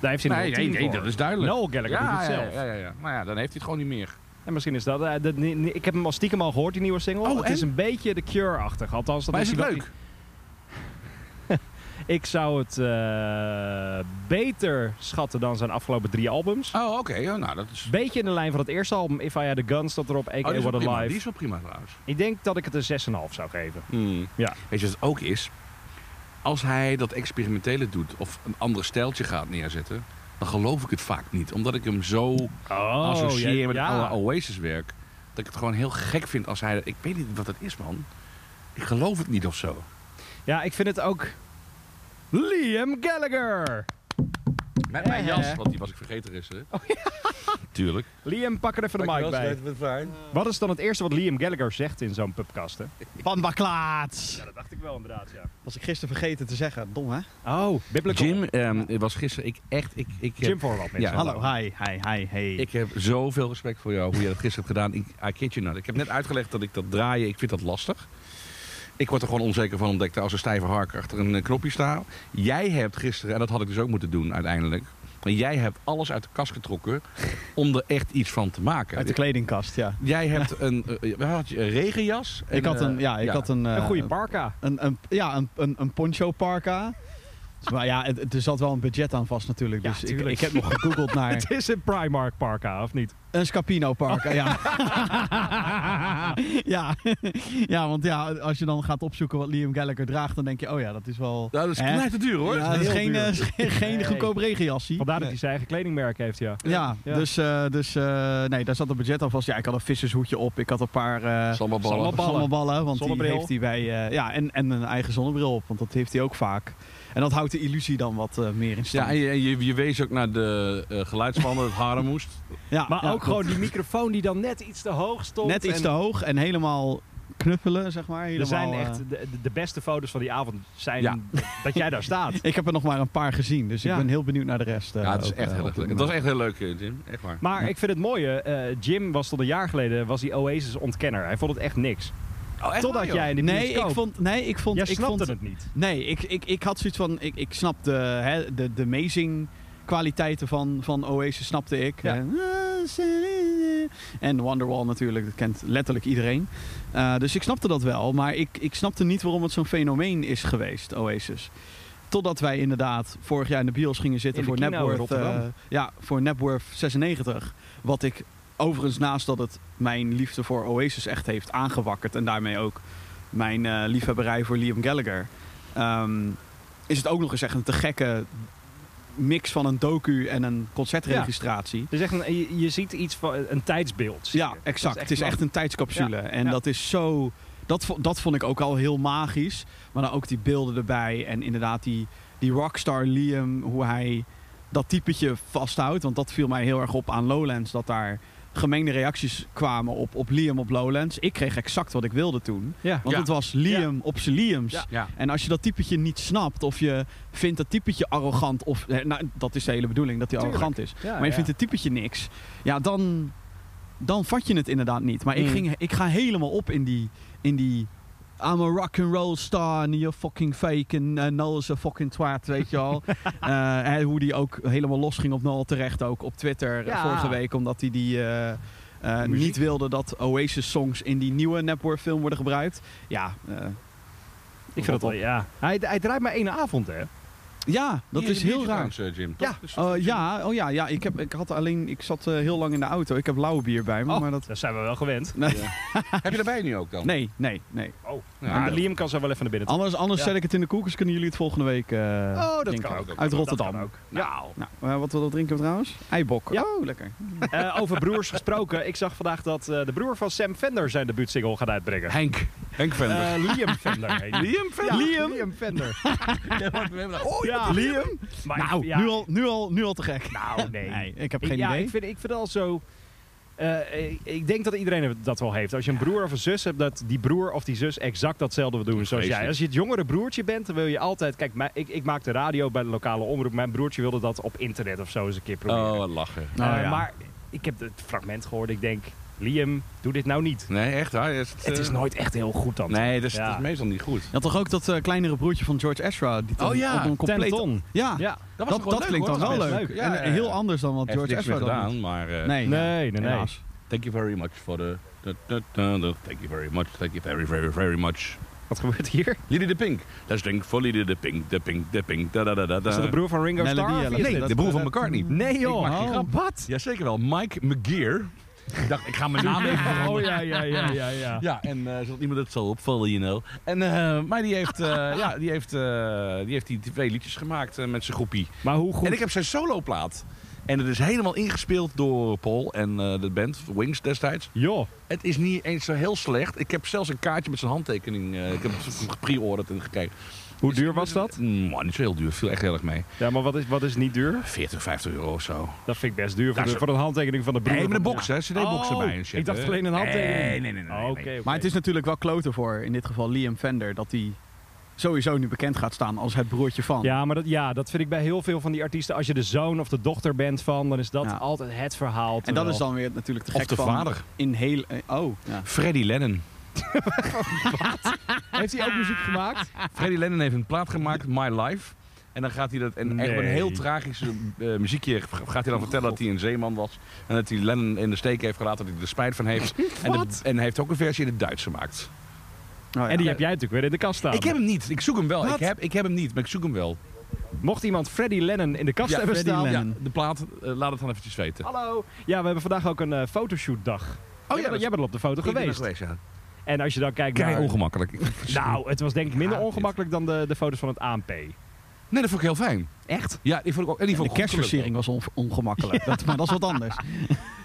Daar heeft hij nog
Nee,
wel
nee,
tien
nee,
voor.
dat is duidelijk.
Noel Gallagher doet het
ja,
zelf.
Ja, ja, ja. Nou ja, dan heeft hij het gewoon niet meer.
En misschien is dat, eh, dat ni- ni- Ik heb hem al stiekem al gehoord, die nieuwe single.
Oh,
het
en?
is een beetje The Cure-achtig. Althans, dat
maar is het
hij wel-
leuk?
Ik zou het eh, beter schatten dan zijn afgelopen drie albums.
Oh, oké. ja, nou, dat is...
Beetje in de lijn van het eerste album, If I Had The Guns, dat erop,
Oh,
A.K.A.
die, is wel
What A
prima. die
Life.
is wel prima trouwens.
Ik denk dat ik het een 6,5 zou geven. Hmm, Ja.
Weet je wat het ook is? Als hij dat experimentele doet of een ander stijltje gaat neerzetten... dan geloof ik het vaak niet. Omdat ik hem zo
Oh,
associeer
ja,
met
ja.
alle Oasis-werk... dat ik het gewoon heel gek vind als hij... Ik weet niet wat dat is, man. Ik geloof het niet of zo.
Ja, ik vind het ook... Liam Gallagher!
Met mijn
Eh.
jas, want die was ik vergeten gisteren.
Oh,
Tuurlijk.
Liam, pak er even de mic bij.
fijn.
Wat is dan het eerste wat Liam Gallagher zegt in zo'n pubkast, hè?
Van Baklaat.
Ja, dat dacht ik wel inderdaad, ja.
Was ik gisteren vergeten te zeggen. Dom, hè?
Oh, biblical.
Jim ehm, was gisteren... Ik echt... Ik, ik, heb-
Jim Voorwald, mensen.
Ja.
Hallo, hi, hi, hi, hey.
Ik heb zoveel respect voor jou, hoe je dat gisteren hebt gedaan. Ik, I kid you not. Ik heb net uitgelegd dat ik dat draaien, ik vind dat lastig. Ik word er gewoon onzeker van omdat ik daar als een stijve hark achter een eh, knopje sta. Jij hebt gisteren, en dat had ik dus ook moeten doen uiteindelijk... maar jij hebt alles uit de kast getrokken om er echt iets van te maken.
Uit de kledingkast, ja.
Jij hebt een, eh, wat had je, een regenjas. en,
ik had een,
eh,
ja, ik had een... eh,
Een goede parka.
Een, een, ja, een, een, een poncho parka. Dus, maar ja, het- er zat wel een budget aan vast natuurlijk.
Ja,
Dus ik,
tuurlijk.
ik heb nog gegoogeld naar
Het is een Primark parka, of niet?
een Scapino
Oh.
parka. Ja. ja. ja, want ja, als je dan gaat opzoeken wat Liam Gallagher draagt, dan denk je, oh ja, dat is wel...
Nou, dat is
Hè?
knijt te duur hoor.
Ja, dat is
heel
geen,
duur.
eh, geen- geen
Nee.
goedkoop regenjassie.
Vandaar dat hij zijn eigen kledingmerk heeft, ja.
Ja,
Ja.
dus, eh, dus eh, nee, daar zat een budget aan vast. Ja, ik had een vissershoedje op. Ik had een paar eh
Sambal ballen.
Sambal- Zonneballen.
zonneballen, want
Zonnebril.
die heeft hij bij... eh, ja, en, en een eigen zonnebril op, want dat heeft hij ook vaak. En dat houdt de illusie dan wat eh, meer in stand.
Ja, en je, en je, je wees ook naar de eh geluidsmannen, het haren moest.
Ja,
Maar
ja,
ook gewoon die microfoon die dan net iets te hoog stond.
net iets
en
te hoog en helemaal knuffelen, zeg maar.
Er zijn
Helemaal, eh,
echt de, de beste foto's van die avond zijn
Ja.
dat jij daar staat.
ik heb er nog maar een paar gezien, dus
Ja.
ik ben heel benieuwd naar de rest. eh,
Ja, het is
ook,
echt
eh,
heel
op
erg
dit
leuk. Het was
moment.
echt heel leuk, eh, Jim. Echt waar.
Maar ik vind het mooie, eh, Jim was tot een jaar geleden was hij Oasis ontkenner. Hij vond het echt niks.
Oh, echt
Totdat
waar, joh?
jij in de
Nee,
bioscoop-
ik vond... Nee, ik vond...
jij
ik
snapte
vond,
het niet.
Nee, ik, ik, ik had zoiets van... Ik, ik snap de, hè, de, de amazing kwaliteiten van, van Oasis snapte ik.
Ja.
En, eh, en Wonderwall natuurlijk, dat kent letterlijk iedereen. Eh, dus ik snapte dat wel, maar ik, ik snapte niet waarom het zo'n fenomeen is geweest, Oasis. Totdat wij inderdaad vorig jaar in de bios gingen
In
zitten
de
voor
kino in
Napworth, eh,
Rotterdam.
ja, voor Napworth 96. Wat ik overigens naast dat het mijn liefde voor Oasis echt heeft aangewakkerd en daarmee ook mijn eh, liefhebberij voor Liam Gallagher. ehm, is het ook nog eens echt een te gekke mix van een docu en een concertregistratie.
Dus echt een, je, je ziet iets van een tijdsbeeld. zie
Ja,
je.
exact.
Dat
het is
wel-
echt een tijdscapsule. En
ja.
dat is zo. Dat, vo- dat vond ik ook al heel magisch. Maar dan ook die beelden erbij. En inderdaad, die, die rockstar Liam, hoe hij dat typetje vasthoudt. Want dat viel mij heel erg op aan Lowlands. Dat daar gemengde reacties kwamen op, op Liam op Lowlands. Ik kreeg exact wat ik wilde toen.
Ja.
Want
Ja.
het was Liam op zijn Liams.
Ja.
Ja.
En als je dat typetje niet snapt, of je vindt dat typetje arrogant, of eh, nou, dat is de hele bedoeling, dat hij
Tuurlijk.
arrogant is.
Ja,
maar je
ja.
vindt het typetje niks, ja, dan, dan vat je het inderdaad niet. Maar ik,
Mm.
ging, ik ga helemaal op in die, in die. I'm a rock and roll star and you're fucking fake and uh, Noel is a fucking twat, weet je al. Eh, hoe die ook helemaal los ging op Noel terecht ook op Twitter eh,
Ja.
vorige week, omdat hij die. eh, eh,
Muziek.
niet wilde dat Oasis-songs in die nieuwe Network-film worden gebruikt. Ja, eh,
Ik vind dat wel, ja. Hij, hij draait maar één avond, hè?
ja dat
Hier
is
in de
heel
biertje
raar.
trouwens, eh, Jim,
Ja.
toch? Dus-
Oh ja, oh ja, ja. Ik, heb, ik, had alleen, ik zat eh, heel lang in de auto. Ik heb lauwe bier bij me,
Oh.
maar dat...
Dat zijn we wel gewend.
Heb je erbij nu ook dan?
Nee, nee, nee.
Oh.
Ja, dat-
Liam kan zo wel even naar binnen.
Anders, anders
Ja.
zet ik het in de koelkast. Kunnen jullie het volgende week eh,
dat
drinken?
kan
Oh, ook.
Uit Rotterdam.
Dat kan ook. Nou.
Nou, eh, wat, wat drinken we trouwens? Eibok.
Ja.
Oh, lekker.
Eh, over broers gesproken. Ik zag vandaag dat eh, de broer van Sam Fender zijn debuutsingle gaat uitbrengen.
Henk. Henk Vender.
Eh, Liam Fender. heet hij.
Ah. Liam Vender?
Liam. Fender.
Oh,
Ja. Liam. Maar
nou,
ja,
nu, al, nu, al, nu al te gek.
Nou, nee.
Nee, ik heb
Ik-
geen
ja,
idee.
Ik vind, ik vind al zo... eh, ik- ik denk dat iedereen dat wel heeft. Als je een broer of een zus hebt, dat die broer of die zus exact datzelfde wil doen zoals jij.
Vreselijk.
Als je het jongere broertje bent, dan wil je altijd... Kijk, mijn- ik, ik maakte radio bij de lokale omroep. Mijn broertje wilde dat op internet of zo eens een keer proberen.
Oh, wat lachen.
Nou
Eh,
ja.
Maar ik heb het fragment gehoord. Ik denk, Liam, doe dit nou niet.
Nee, echt waar? Is het,
Het
eh,
is nooit echt heel goed dan.
Nee, dat is,
Ja.
dat is meestal niet goed.
Je had toch ook dat eh, kleinere broertje van George Ezra? Die
Oh
dan
ja,
op een
Ten
compleet...
ton.
Ja,
Ja.
dat,
Dat, was nog wel
dat
leuk,
klinkt
hoor.
dan wel
Dat was
leuk.
best Ja,
en
ja,
eh,
ja.
heel anders dan wat
Heeft
George
niks
Ezra
meer
dan
gedaan,
doet.
maar... eh,
Nee,
Nee, nee, nee.
helaas.
Thank you very much for the... da- da- da- da- Thank you very much. Thank you very, very, very much.
Wat gebeurt hier?
Lady de Pink. Let's drink for Lady de Pink, de Pink, de Pink. Da, da, da, da, da.
Is dat de broer van Ringo
Melody
Starr? of wie
Allen.
is
Nee,
dit?
de broer van McCartney.
Nee joh.
Ik maak geen grap.
Wat?
Jazeker wel. Mike McGear. Ik dacht, ik ga mijn naam even veranderen.
Oh ja, ja, ja, ja, ja.
Ja, en eh, zodat niemand het zal opvallen, you know. En, eh, maar die heeft, eh, ja, die, heeft, eh, die heeft die twee liedjes gemaakt eh, met zijn groepie.
Maar hoe goed?
En ik heb zijn soloplaat. En het is helemaal ingespeeld door Paul en eh, de band Wings destijds.
Joh.
Het is niet eens zo heel slecht. Ik heb zelfs een kaartje met zijn handtekening. eh, ik heb het gepreorderd en gekeken.
Hoe duur was dat?
Mm, maar niet zo heel duur. Viel echt heel erg mee.
Ja, maar wat is, wat is niet duur?
40, 50 euro of zo.
Dat vind ik best duur voor,
Ja,
de,
Nou, zo-
voor een handtekening van de broer.
Nee, met een
van-
box, hè? CD-box
Oh,
erbij en shit.
ik dacht
hè.
alleen een handtekening.
Nee, nee, nee. nee,
Oh,
nee.
Oké, oké.
Maar het is natuurlijk wel kloten voor, in dit geval Liam Fender, dat hij sowieso nu bekend gaat staan als het broertje van.
Ja, maar dat, ja, dat vind ik bij heel veel van die artiesten. Als je de zoon of de dochter bent van, dan is dat
Ja.
altijd het verhaal.
En dat
terwijl-
is dan weer natuurlijk te
Of
gek
de
van
vader.
In heel, eh, oh, ja.
Freddy Lennon.
Heeft hij ook muziek gemaakt?
Freddy Lennon heeft een plaat gemaakt, My Life. En dan gaat hij dat, en echt op een
Nee.
heel tragisch eh, muziekje, gaat hij dan vertellen dat hij een zeeman was. En dat hij Lennon in de steek heeft gelaten, dat hij er spijt van heeft. en, de- en hij heeft ook een versie in het Duits gemaakt.
Nou
En die heb jij natuurlijk weer in de kast staan.
Ik heb hem niet, ik zoek hem wel.
Ah, Wat?
Ik heb, ik heb hem niet, maar ik zoek hem wel.
Mocht iemand Freddy Lennon in de kast hebben
Freddy
staan...
Lennon.
Ja, de plaat, eh, laat het dan eventjes weten.
Hallo. Ja, we hebben vandaag ook een eh, fotoshootdag.
Oh, ja,
jij,
dat
bent,
is-
jij bent al op de foto
Ik ben er
geweest.
ja.
En als je dan kijkt
Kei
naar...
ongemakkelijk. Ik-
Nou, het was denk ik minder
haat dit.
ongemakkelijk dan de, de foto's van het ANP.
Nee, dat vond ik heel fijn.
Echt?
Ja, die vond ik ook. En die
de
vond ik goed
kerstversiering was on- ongemakkelijk. Dat, maar dat is wat anders.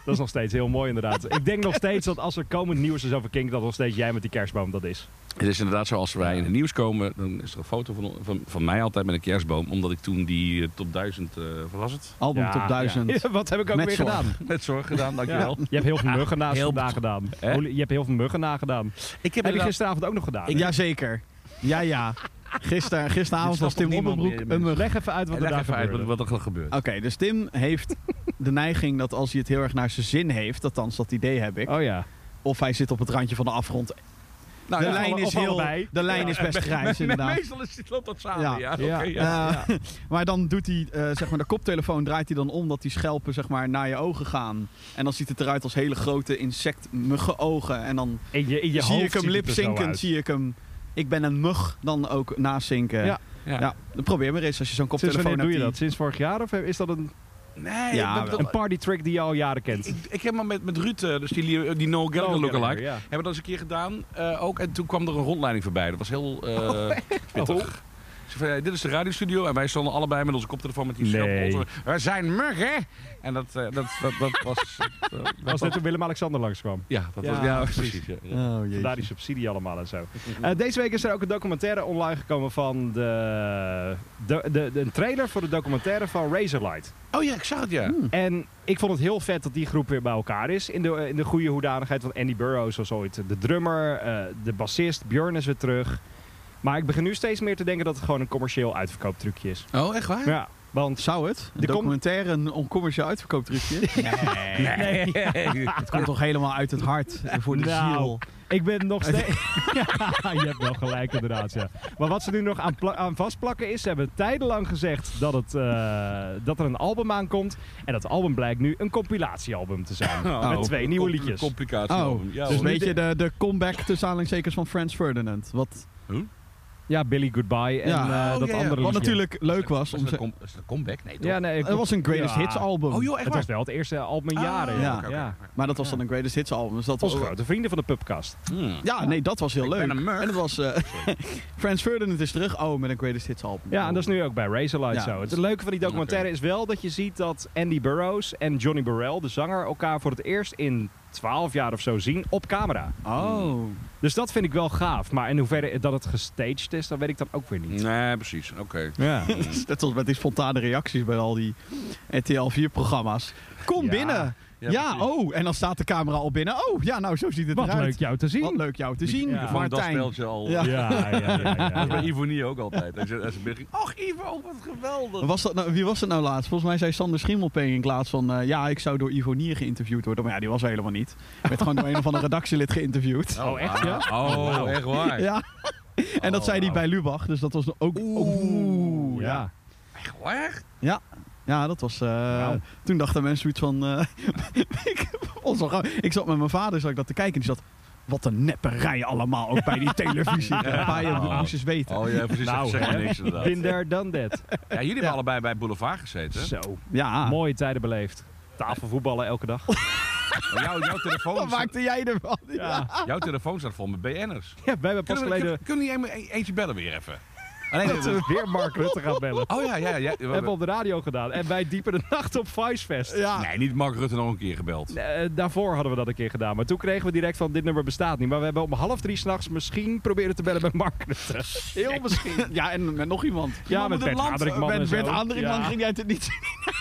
Dat is nog steeds heel mooi inderdaad. ik denk nog steeds dat als er komend nieuws is over Kink, dat nog steeds jij met die kerstboom dat is.
Het is inderdaad zo, als wij in het nieuws komen, dan is er een foto van, van, van mij altijd met een kerstboom. Omdat ik toen die eh, top 1000, eh, wat was het?
Album
Ja,
top 1000.
Ja, wat heb ik ook
Met
weer
zorg.
gedaan?
Met zorg gedaan, dankjewel.
Je hebt heel veel muggen naast
Heel
vandaag gedaan.
Hè?
Olie- Je hebt heel veel muggen nagedaan.
Ik
Heb je gisteravond ook nog gedaan? hè?
Jazeker. Ja, ja. Gister,
Dit
gisteravond was
snapt
Tim
toch niemand
Onderbroek
meer,
een mug.
Leg even uit wat er
Leg
daar
even uit
gebeurde.
wat, wat er gebeurt.
Oké, dus Tim heeft de neiging dat als hij het heel erg naar zijn zin heeft, althans dat idee heb ik,
Oh ja.
of hij zit op het randje van de afgrond,
Nou,
de
ja.
lijn
alle-
is
of
heel,
allebei.
de lijn is best grijs inderdaad.
Meestal is, loopt dat samen, ja.
Ja.
Ja.
oké, ja.
Eh, maar dan doet hij, eh, zeg maar, de koptelefoon draait hij dan om dat die schelpen, zeg maar, naar je ogen gaan. En dan ziet het eruit als hele grote insectmuggen ogen. En dan
In je, in je
zie
hoofd
ik hem
ziet het er zo
lipzinkend,
uit.
zie ik hem, ik ben een mug, dan ook nazinken.
Ja.
Ja.
Ja. dan probeer maar eens als je zo'n
Sinds wanneer
koptelefoon hebt.
doe je
die-
dat? Sinds vorig jaar? Of is dat een,
Nee,
Ja,
ik, ben-
een party track die je al jaren kent? Oh,
ik, ik heb maar met, met Ruud, eh, dus die, die Noel Gallagher lookalike,
Ja.
hebben we dat eens een keer gedaan eh, ook. En toen kwam er een rondleiding voorbij. Dat was heel eh,
Oh,
pittig. Ze van, ja, dit is de radiostudio en wij stonden allebei met onze koptelefoon met die
Nee.
schelpen. We zijn muggen! En dat, eh, dat, dat, dat was... eh,
Was net toen Willem-Alexander langskwam.
Ja, dat
Ja,
was... Ja,
precies.
precies. ja, ja.
Oh, jee.
Vandaar die subsidie allemaal en zo. Eh, deze week is er ook een documentaire online gekomen van de, de, de, de- een trailer voor de documentaire van Razorlight.
Oh ja, ik zag het, ja.
En ik vond het heel vet dat die groep weer bij elkaar is. In de, in de goede hoedanigheid. Want Andy Burroughs was ooit de drummer, eh, de bassist, Björn is weer terug. Maar ik begin nu steeds meer te denken dat het gewoon een commercieel uitverkooptrucje is.
Oh, echt waar?
Ja, want
Zou het? Een
Er komt-
documentaire, een oncommercieel uitverkooptrucje?
Nee.
het komt toch helemaal uit het hart en voor de
Nou.
ziel.
Ik ben nog steeds. ja, je hebt wel gelijk, inderdaad. Ja. Maar wat ze nu nog aan, pla- aan vastplakken is: ze hebben tijdenlang gezegd dat, het, eh, dat er een album aankomt. En dat album blijkt nu een compilatiealbum te zijn. met twee nieuwe liedjes.
Oh, Complicatie.
Oh,
ja,
dus
hoor.
weet je, de, de comeback tussen aanhalingstekens van Franz Ferdinand. Wat,
ja, Billy Goodbye en
Ja.
eh,
Oh,
dat
ja, ja.
andere
wat
Wat
liedje.
natuurlijk leuk was.
Was
om
het
ze-
een com- was het een comeback? Nee, toch?
Ja, nee, ik-
het was een Greatest
Ja.
Hits album.
Oh joh, echt
het was
waar?
wel het eerste album in jaren.
Ah,
ja.
oké, oké,
ja.
oké.
Maar dat was dan een Greatest Hits album. Dus dat was
Onze grote vrienden van de pubcast.
Hmm.
Ja, nee, dat was heel
Ik
leuk.
ben een mug.
En dat was eh Frans Ferdinand is terug. Oh, met een Greatest Hits album.
Ja, en dat is nu ook bij Razorlight
Ja. dus-
zo. Het leuke van die documentaire is wel dat je ziet dat Andy Burroughs en Johnny Burrell, de zanger, elkaar voor het eerst in 12 jaar of zo zien op camera.
Oh.
Dus dat vind ik wel gaaf. Maar in hoeverre dat het gestaged is, dat weet ik dan ook weer niet.
Nee, precies. Oké.
Ja.
Net zoals met die spontane reacties bij al die RTL 4-programma's. Kom
Ja.
binnen! Ja, oh, en dan staat de camera al binnen. Oh, ja, nou, zo ziet het
Wat
eruit.
leuk jou te
Wat
zien.
leuk jou te zien,
Ja.
Van dat
Martijn.
speeltje al.
Ja.
Ja, ja, ja, ja,
Dat was bij
ja.
Ivonie ook altijd. Als je, als je binnen ging, Och, Ivo, wat geweldig.
Was dat nou, wie was dat nou laatst? Volgens mij zei Sander Schimmelpenning in plaats van... eh, ja, ik zou door Ivonier geïnterviewd worden. Maar ja, die was er helemaal niet. Werd gewoon door een of andere redactielid geïnterviewd.
Oh, echt, ja?
Oh, echt waar?
Ja. En dat
Oh,
zei hij
wauw.
bij Lubach. Dus dat was ook...
Ja.
Oeh, ja.
Echt waar?
Ja, dat was. eh,
Wauw.
Toen dachten mensen zoiets van. eh, ik, was wel gauw- ik zat met mijn vader zat ik dat te kijken en die zat. Wat een nepperij allemaal, ook bij die televisie. Ja. Waar je
Oh.
moest eens weten.
Oh ja, precies.
Nou,
dat zegt
hè.
niks inderdaad.
Been there, done that.
Ja, jullie hebben allebei bij Boulevard gezeten.
Zo,
Ja, Ah.
mooie tijden beleefd. Tafelvoetballen elke dag.
Maar Jouw, jouw, telefoon
wat
staat,
maakte jij ervan?
Ja,
jouw telefoon staat vol met BN'ers.
ja wij hebben pas
Kunnen we,
geleden
kunnen- kunnen we niet een- eentje bellen weer even?
alleen dat we weer Mark Rutte gaan bellen.
Oh ja, ja, ja. ja. We
We hebben op de radio gedaan. En wij diepen de nacht op Vicefest.
Ja.
Nee, niet Mark Rutte nog een keer gebeld.
Eh, daarvoor hadden we dat een keer gedaan. Maar toen kregen we direct van dit nummer bestaat niet. Maar we hebben om half drie s'nachts misschien proberen te bellen met Mark Rutte.
Heel misschien. Ja, en met nog iemand.
Ja, met Bert Adrikman en
Met
zo.
Bert Adrikman
Ja.
ging jij het niet zien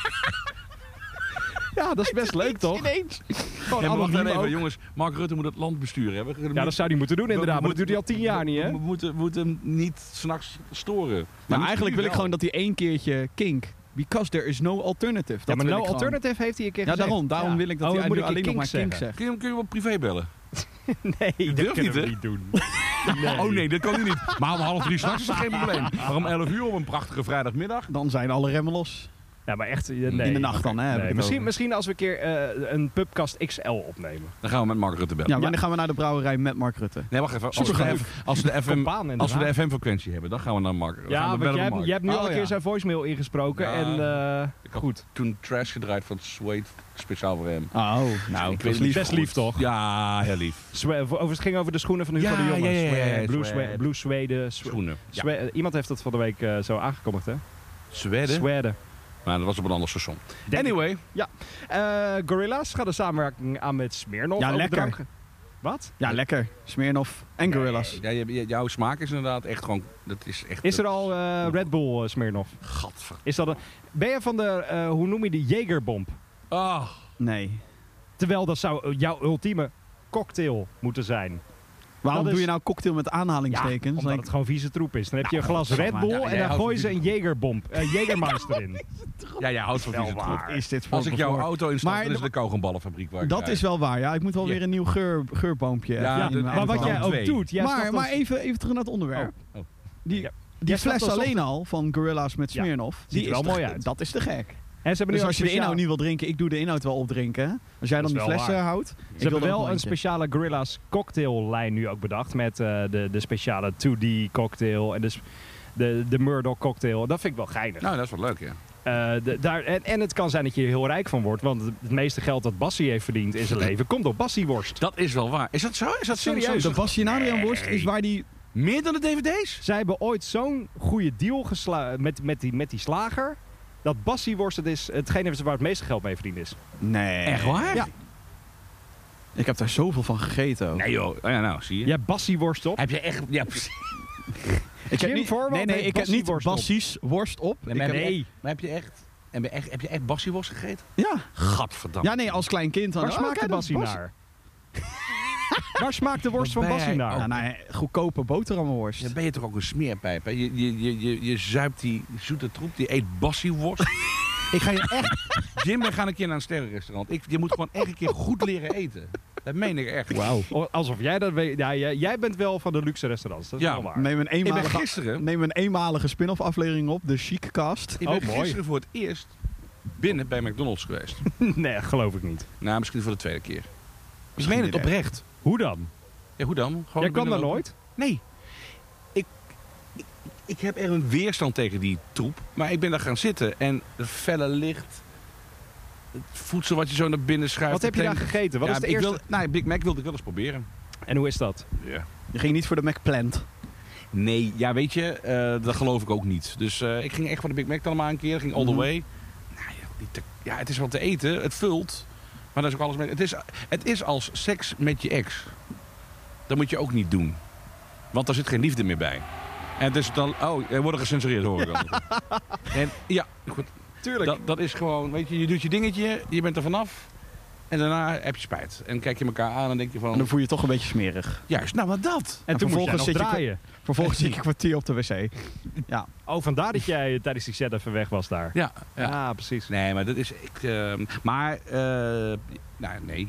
Ja, dat is best leuk toch?
ineens.
Gewoon
En wacht
Oh, anoniem
even,
ook.
jongens. Mark Rutte moet het land besturen. hè. We- we
Ja,
moeten-
dat zou hij moeten doen inderdaad. Maar dat
moeten-
doet hij al tien jaar niet hè?
We moeten, we moeten hem niet s'nachts storen. Maar
Nou,
misschien
eigenlijk
nu
wil ik
wel.
gewoon dat hij één keertje kink. Because there is no alternative. Dat
ja, maar
wil
no
ik gewoon.
nou, alternative heeft hij een keer
Ja,
gezegd.
daarom. Daarom
Ja.
wil ik dat
Oh,
hij
moet
nu
ik je
alleen nog maar
kink
kink
zeggen?
zegt.
Kun je, hem- kun je hem op privé bellen?
Nee,
durft
dat
niet,
kunnen we
hè?
niet doen.
Oh nee, dat kan hij niet. Maar om half drie s'nachts is dat geen probleem. Maar om elf uur op een prachtige vrijdagmiddag.
Dan zijn alle remmen los.
Ja, maar echt, eh, nee.
In de nacht dan, hè? heb
Nee,
ik het
misschien,
over.
misschien als we een keer eh, een Pubcast XL opnemen.
Dan gaan we met Mark Rutte bellen.
Ja, maar dan gaan we naar de brouwerij met Mark Rutte.
Nee, wacht even. Als we,
Supergoed.
de F- als we de FM,
Kopaan en
als we de FM-frequentie hebben, dan gaan we naar Mark. Dan gaan
Ja,
we
want
bellen
jij,
met
hebt-
Mark.
jij hebt nu
Oh,
al een
ja.
keer zijn voicemail ingesproken.
Ja.
En eh,
Ik had
goed,
toen trash gedraaid van Sweet speciaal voor hem.
Oh,
Nou,
was
niet.
best lief toch?
Ja, heel lief.
Swe- over, het ging over de schoenen van Hugo
Ja,
de Jonge.
ja, ja, ja, ja,
Swe- Blue,
Swe-
Swe- Blue Sweden. Swe-
Schoenen. Ja.
Swe- eh, iemand heeft dat van de week eh, zo aangekondigd, hè?
Zweden.
Sweden.
Maar dat was op een ander station.
Denk-
Anyway.
Eh, Gorilla's gaat een samenwerking aan met Smirnoff.
Ja,
over
lekker.
drank. Wat?
Ja, lekker. Smirnoff en Gorillas.
Ja, je- je- jouw smaak is inderdaad echt gewoon... Dat is, echt
Is er al eh, Red Bull eh, Smirnoff?
Gadver.
Is dat een... Ben je van de, eh, hoe noem je die, Jagerbomb?
Ah,
Nee.
Terwijl dat zou eh, jouw ultieme cocktail moeten zijn.
Waarom
Dat
doe je
is-
nou cocktail met aanhalingstekens?
omdat
Like-
het gewoon vieze troep is. Dan heb je
Nou,
een glas
dat is
Red
wel
Bull
waar.
Ja,
en
jij
dan
houdt
gooi ze
van
een Jägerbomb, eh, Jägermeister in.
Ja, jij houdt van vieze troep.
Wat is dit voor
Als ik jouw
bevoor-
auto instap,
Maar
dan is
de-
het de kogelballenfabriek waar ik
Dat
rijd.
is wel waar, ja. Ik moet wel
Ja.
weer een nieuw geur, geurbompje.
Ja,
even
dat-
in mijn
Maar
En
wat
auto.
dan
jij ook
twee.
doet. Jij
maar
snapt
maar
als-
even, even terug naar het onderwerp.
Oh, oh.
Die,
Ja.
die
Jij snapt
fles
als-
alleen al van Gorillas met
Ja.
Smirnoff.
Ziet er
die is
wel
te-
mooi uit.
Dat is te gek.
En ze hebben nu
Dus
ook
als je de
speciaal-
inhoud niet wil drinken, ik doe de inhoud wel opdrinken. Als jij
Dat
dan
is wel
die flessen
waar.
houdt.
Ze hebben wel een speciale Gorilla's cocktaillijn nu ook bedacht. Met eh, de, de speciale 2D cocktail en de, sp- de, de Murdoch cocktail. Dat vind ik wel geinig.
Nou, dat is wel leuk, ja.
Eh, de- daar, en, en het kan zijn dat je er heel rijk van wordt. Want het meeste geld dat Bassie heeft verdiend in zijn leven komt door Bassieworst.
Dat is wel waar. Is dat zo? Is dat zo-
Serieus?
zo-
De Bastianarian worst is waar die...
Meer dan de dvd's?
Zij hebben ooit zo'n goede deal gesla- met, met, die, met die slager. Dat Bassieworst het is hetgene waar het meeste geld mee verdiend is.
Nee.
Echt waar?
Ja.
Ik heb daar zoveel van gegeten ook.
Nee joh. Oh, ja, nou, zie je.
Je hebt Bassieworst op.
Heb je echt... Ja, precies.
ik
Jim
heb niet,
Voorwand
nee, nee,
heeft
ik heb niet
bassieworst op.
bassies worst op.
Nee,
Ik
maar,
heb-
heb je, maar heb je echt... Heb je echt, heb je echt bassieworst gegeten?
Ja.
Gadverdamme.
ja, nee, als klein kind. Dan,
Waar
oh,
smaakt
kijk,
de
dat
Bassie
is Bas-
naar? Waar smaakt de worst
Wat
van
ben
Bassie
jij-
naar?
Ja, nou, ja, goedkope boterhammenworst.
Dan ben je toch ook een smeerpijp, hè? Je, je, je, je, je zuipt die zoete troep, die eet bassieworst.
Ik ga je echt...
Jim, we gaan een keer naar een sterrenrestaurant. Ik, je moet gewoon echt een keer goed leren eten. Dat meen ik echt. Wauw.
O- Alsof jij dat weet. Ja, jij, jij bent wel van de luxe restaurants. Dat is
Ja,
wel waar.
Neem een
Ik ben
eenmalige,
gisteren...
neem een eenmalige spin-off aflevering op. De Chiccast.
Ik ben
Oh, mooi.
gisteren voor het eerst binnen bij McDonald's geweest.
nee, geloof ik niet.
nou, misschien voor de tweede keer. Ik
Misschien
meen het
niet
oprecht.
Hoe dan?
Ja, hoe dan? Gewoon
jij kwam daar
binnenlopen.
nooit?
Nee. Ik, ik, ik heb er een weerstand tegen die troep. Maar ik ben daar gaan zitten en het felle licht... Het voedsel wat je zo naar binnen schuift.
Wat heb je
het
daar
een-
gegeten? Wat
Ja,
is de
ik
eerste?
wil- nou, Big Mac wilde ik wel eens proberen.
En hoe is dat?
Ja.
Je ging niet voor de McPlant.
Nee, ja, weet je, eh, dat geloof ik ook niet. Dus eh, ik ging echt voor de Big Mac dan maar een keer. Ging all the
Mhm.
way. Nou, ja, die te- ja, het is wel te eten. Het vult. Maar dat is ook alles mee. Het is, het is als seks met je ex. Dat moet je ook niet doen. Want daar zit geen liefde meer bij. En het is dan... Oh, er worden gecensureerd, hoor ik al. En, ja, goed.
Tuurlijk.
Dat, dat is gewoon... Weet je, je doet je dingetje. Je bent er vanaf. En daarna heb je spijt. En kijk je elkaar aan en denk je
En
van...
dan voel je je toch een beetje smerig.
Juist, nou wat dat?
en
en
toen moest jij
vervolgens
nog
zit je-
draaien.
Vervolgens zit ik een kwartier op de wc.
Oh, vandaar dat jij eh, tijdens die set even weg was daar.
Ja, ja.
Ah, precies.
Nee, maar dat is. Ik, ehm, maar. eh, nou, nee.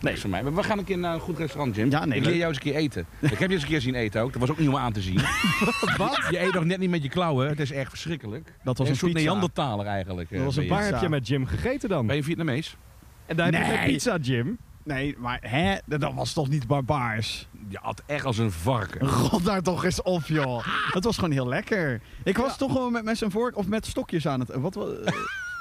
Nee, voor mij. Maar we gaan een keer naar een goed restaurant, Jim.
Ja, nee,
ik leer
leuk.
jou eens een keer eten. Ik heb je eens een keer zien eten ook. Dat was ook niet om aan te zien. Wat? Je eet nog net niet met je klauwen. Het is echt verschrikkelijk.
Dat was
een,
een
soort
pizza.
Neandertaler eigenlijk. eh,
Dat was een
ben,
Waar
je.
bar.
heb
Pizza.
je met Jim gegeten dan?
ben je Vietnamees?
En daar heb je met
Nee.
pizza, Jim.
Nee, maar hè? Dat- Dat was toch niet barbaars?
Je at echt als een varken.
God daar toch eens op, joh. Dat was gewoon heel lekker. Ik was toch gewoon met mes en vork of met stokjes aan het... Wat, wa- eh,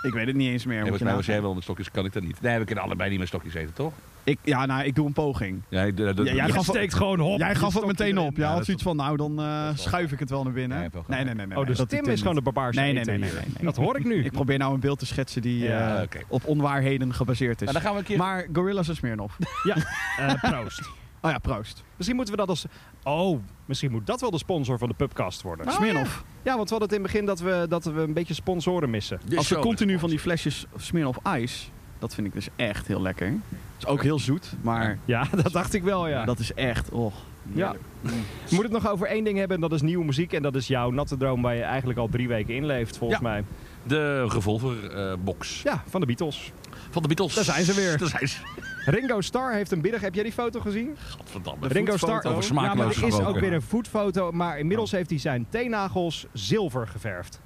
ik weet het niet eens meer.
Ja,
moet je
volgens mij
nagaan.
nou, was jij wel met stokjes, kan ik dat niet. Nee, we kunnen allebei niet met stokjes eten, toch?
ik, ja, nou, ik doe een poging.
Ja, ik- dat- dat-
Ja, jij
Je
gaf-
steekt gewoon hop.
Jij gaf het
Stop je
meteen
erin.
op. Ja,
Ja,
had
dat
zoiets van, nou, dan eh,
dat is wel
schuif ik het wel naar binnen.
Ja, je
Nee,
hebt
nee,
wel gelijk.
nee, nee, nee.
Oh, dus
dat doet
Tim
hij
is gewoon de
niet.
barbaarse
Nee, nee,
eter
nee,
hier.
nee, nee, nee.
Dat hoor ik nu.
Ik probeer nou een beeld te schetsen die
Ja,
eh,
oké.
op onwaarheden gebaseerd is.
Nou, dan gaan we een keer.
Maar Gorillas en Smirnoff.
Ja, eh, proost.
Oh ja, proost.
Misschien moeten we dat als... Oh, misschien moet dat wel de sponsor van de pubcast worden.
Smirnoff.
Ja, want we hadden het in het begin dat we, dat we een beetje sponsoren missen.
Dus
Als ze
zo,
continu
dus-
van die flesjes Smirnoff Ice, dat vind ik dus echt heel lekker. Het is ook heel zoet, maar
Ja, dat dacht ik wel, ja.
dat is echt, oh.
ja. We moeten het nog over één ding hebben en dat is nieuwe muziek. En dat is jouw natte droom waar je eigenlijk al drie weken in leeft, volgens
Ja.
mij.
De revolverbox.
Ja, van de Beatles.
Van de Beatles.
Daar zijn ze weer.
Daar zijn ze.
Ringo Starr heeft een biddag. Heb jij die foto gezien?
Godverdamme.
Ringo
voetfoto.
Starr.
Over
Ja, maar er
smakeloos
is ook
gesproken.
weer een voetfoto. Maar inmiddels heeft hij zijn teennagels zilver geverfd.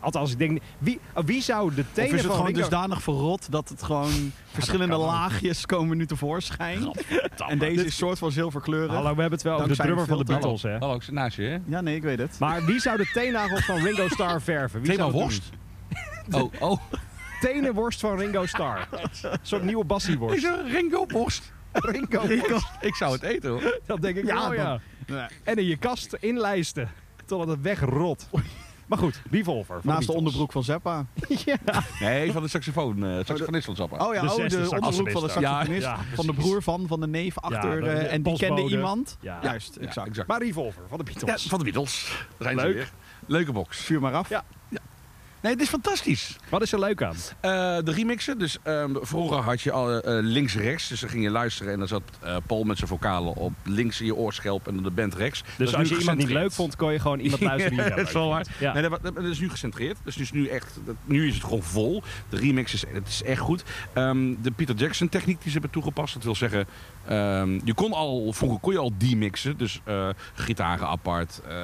Althans, ik denk... Wie, oh, wie zou de
Of
tenen
is het
van
gewoon
dus
Ringo...
dusdanig verrot dat het gewoon verschillende
kan ook.
laagjes komen nu tevoorschijn. En deze is soort van zilverkleurig.
Hallo, we hebben het wel over de
Dankzij
drummer van de
een filter.
Beatles, hè?
Hallo, ik zit naast je, hè?
Ja, nee, ik weet het.
Maar wie zou de teennagels van Ringo Starr verven? Wie
Thema
zou dat
worst. Oh, oh.
doen? Tenenworst van Ringo Starr. Een soort nieuwe
Is
bassieworst.
er een Ringo worst?
Ringo
oh. Ik zou het eten, hoor.
Dat denk ik
Ja,
wel,
dan-
ja.
Nee.
En in je kast inlijsten. Totdat het wegrot. Maar goed, Revolver. van
Naast de
Beatles.
onderbroek van Zeppa.
Nee, van de saxofoon. eh saxofonist van Zappa.
Oh ja,
De
oh, de,
zesde
onderbroek van de
saxofonist.
saxofonist.
Ja, ja,
van de
precies.
broer van, van de neef achter.
de-
eh,
de
en die kende
postbode.
iemand.
Ja.
Juist,
Ja,
exact.
exact.
Maar Revolver van de Beatles.
Ja, van de Beatles. Daar zijn ze
Leuk.
weer. Leuke box.
Vuur maar af.
Ja.
Nee, het is fantastisch.
Wat is er leuk aan?
Eh, de remixen, dus ehm, vroeger had je al, eh, links-rechts. Dus dan ging je luisteren en dan zat eh, Paul met zijn vocalen op links in je oorschelp en dan de band rechts. Dat
Dus
is
als
nu
je iemand niet
gecentreerd.
leuk vond, kon je gewoon iemand luisteren die je wel
dat is wel
leuk
waar.
vond. Ja.
Nee, dat, wa- dat is nu gecentreerd. Dus, dus nu, echt, dat- nu is het gewoon vol. De remix is, het is echt goed. Ehm, de Peter Jackson techniek die ze hebben toegepast. Dat wil zeggen, ehm, je kon al, vroeger kon je al demixen. Dus eh, gitaren apart, eh,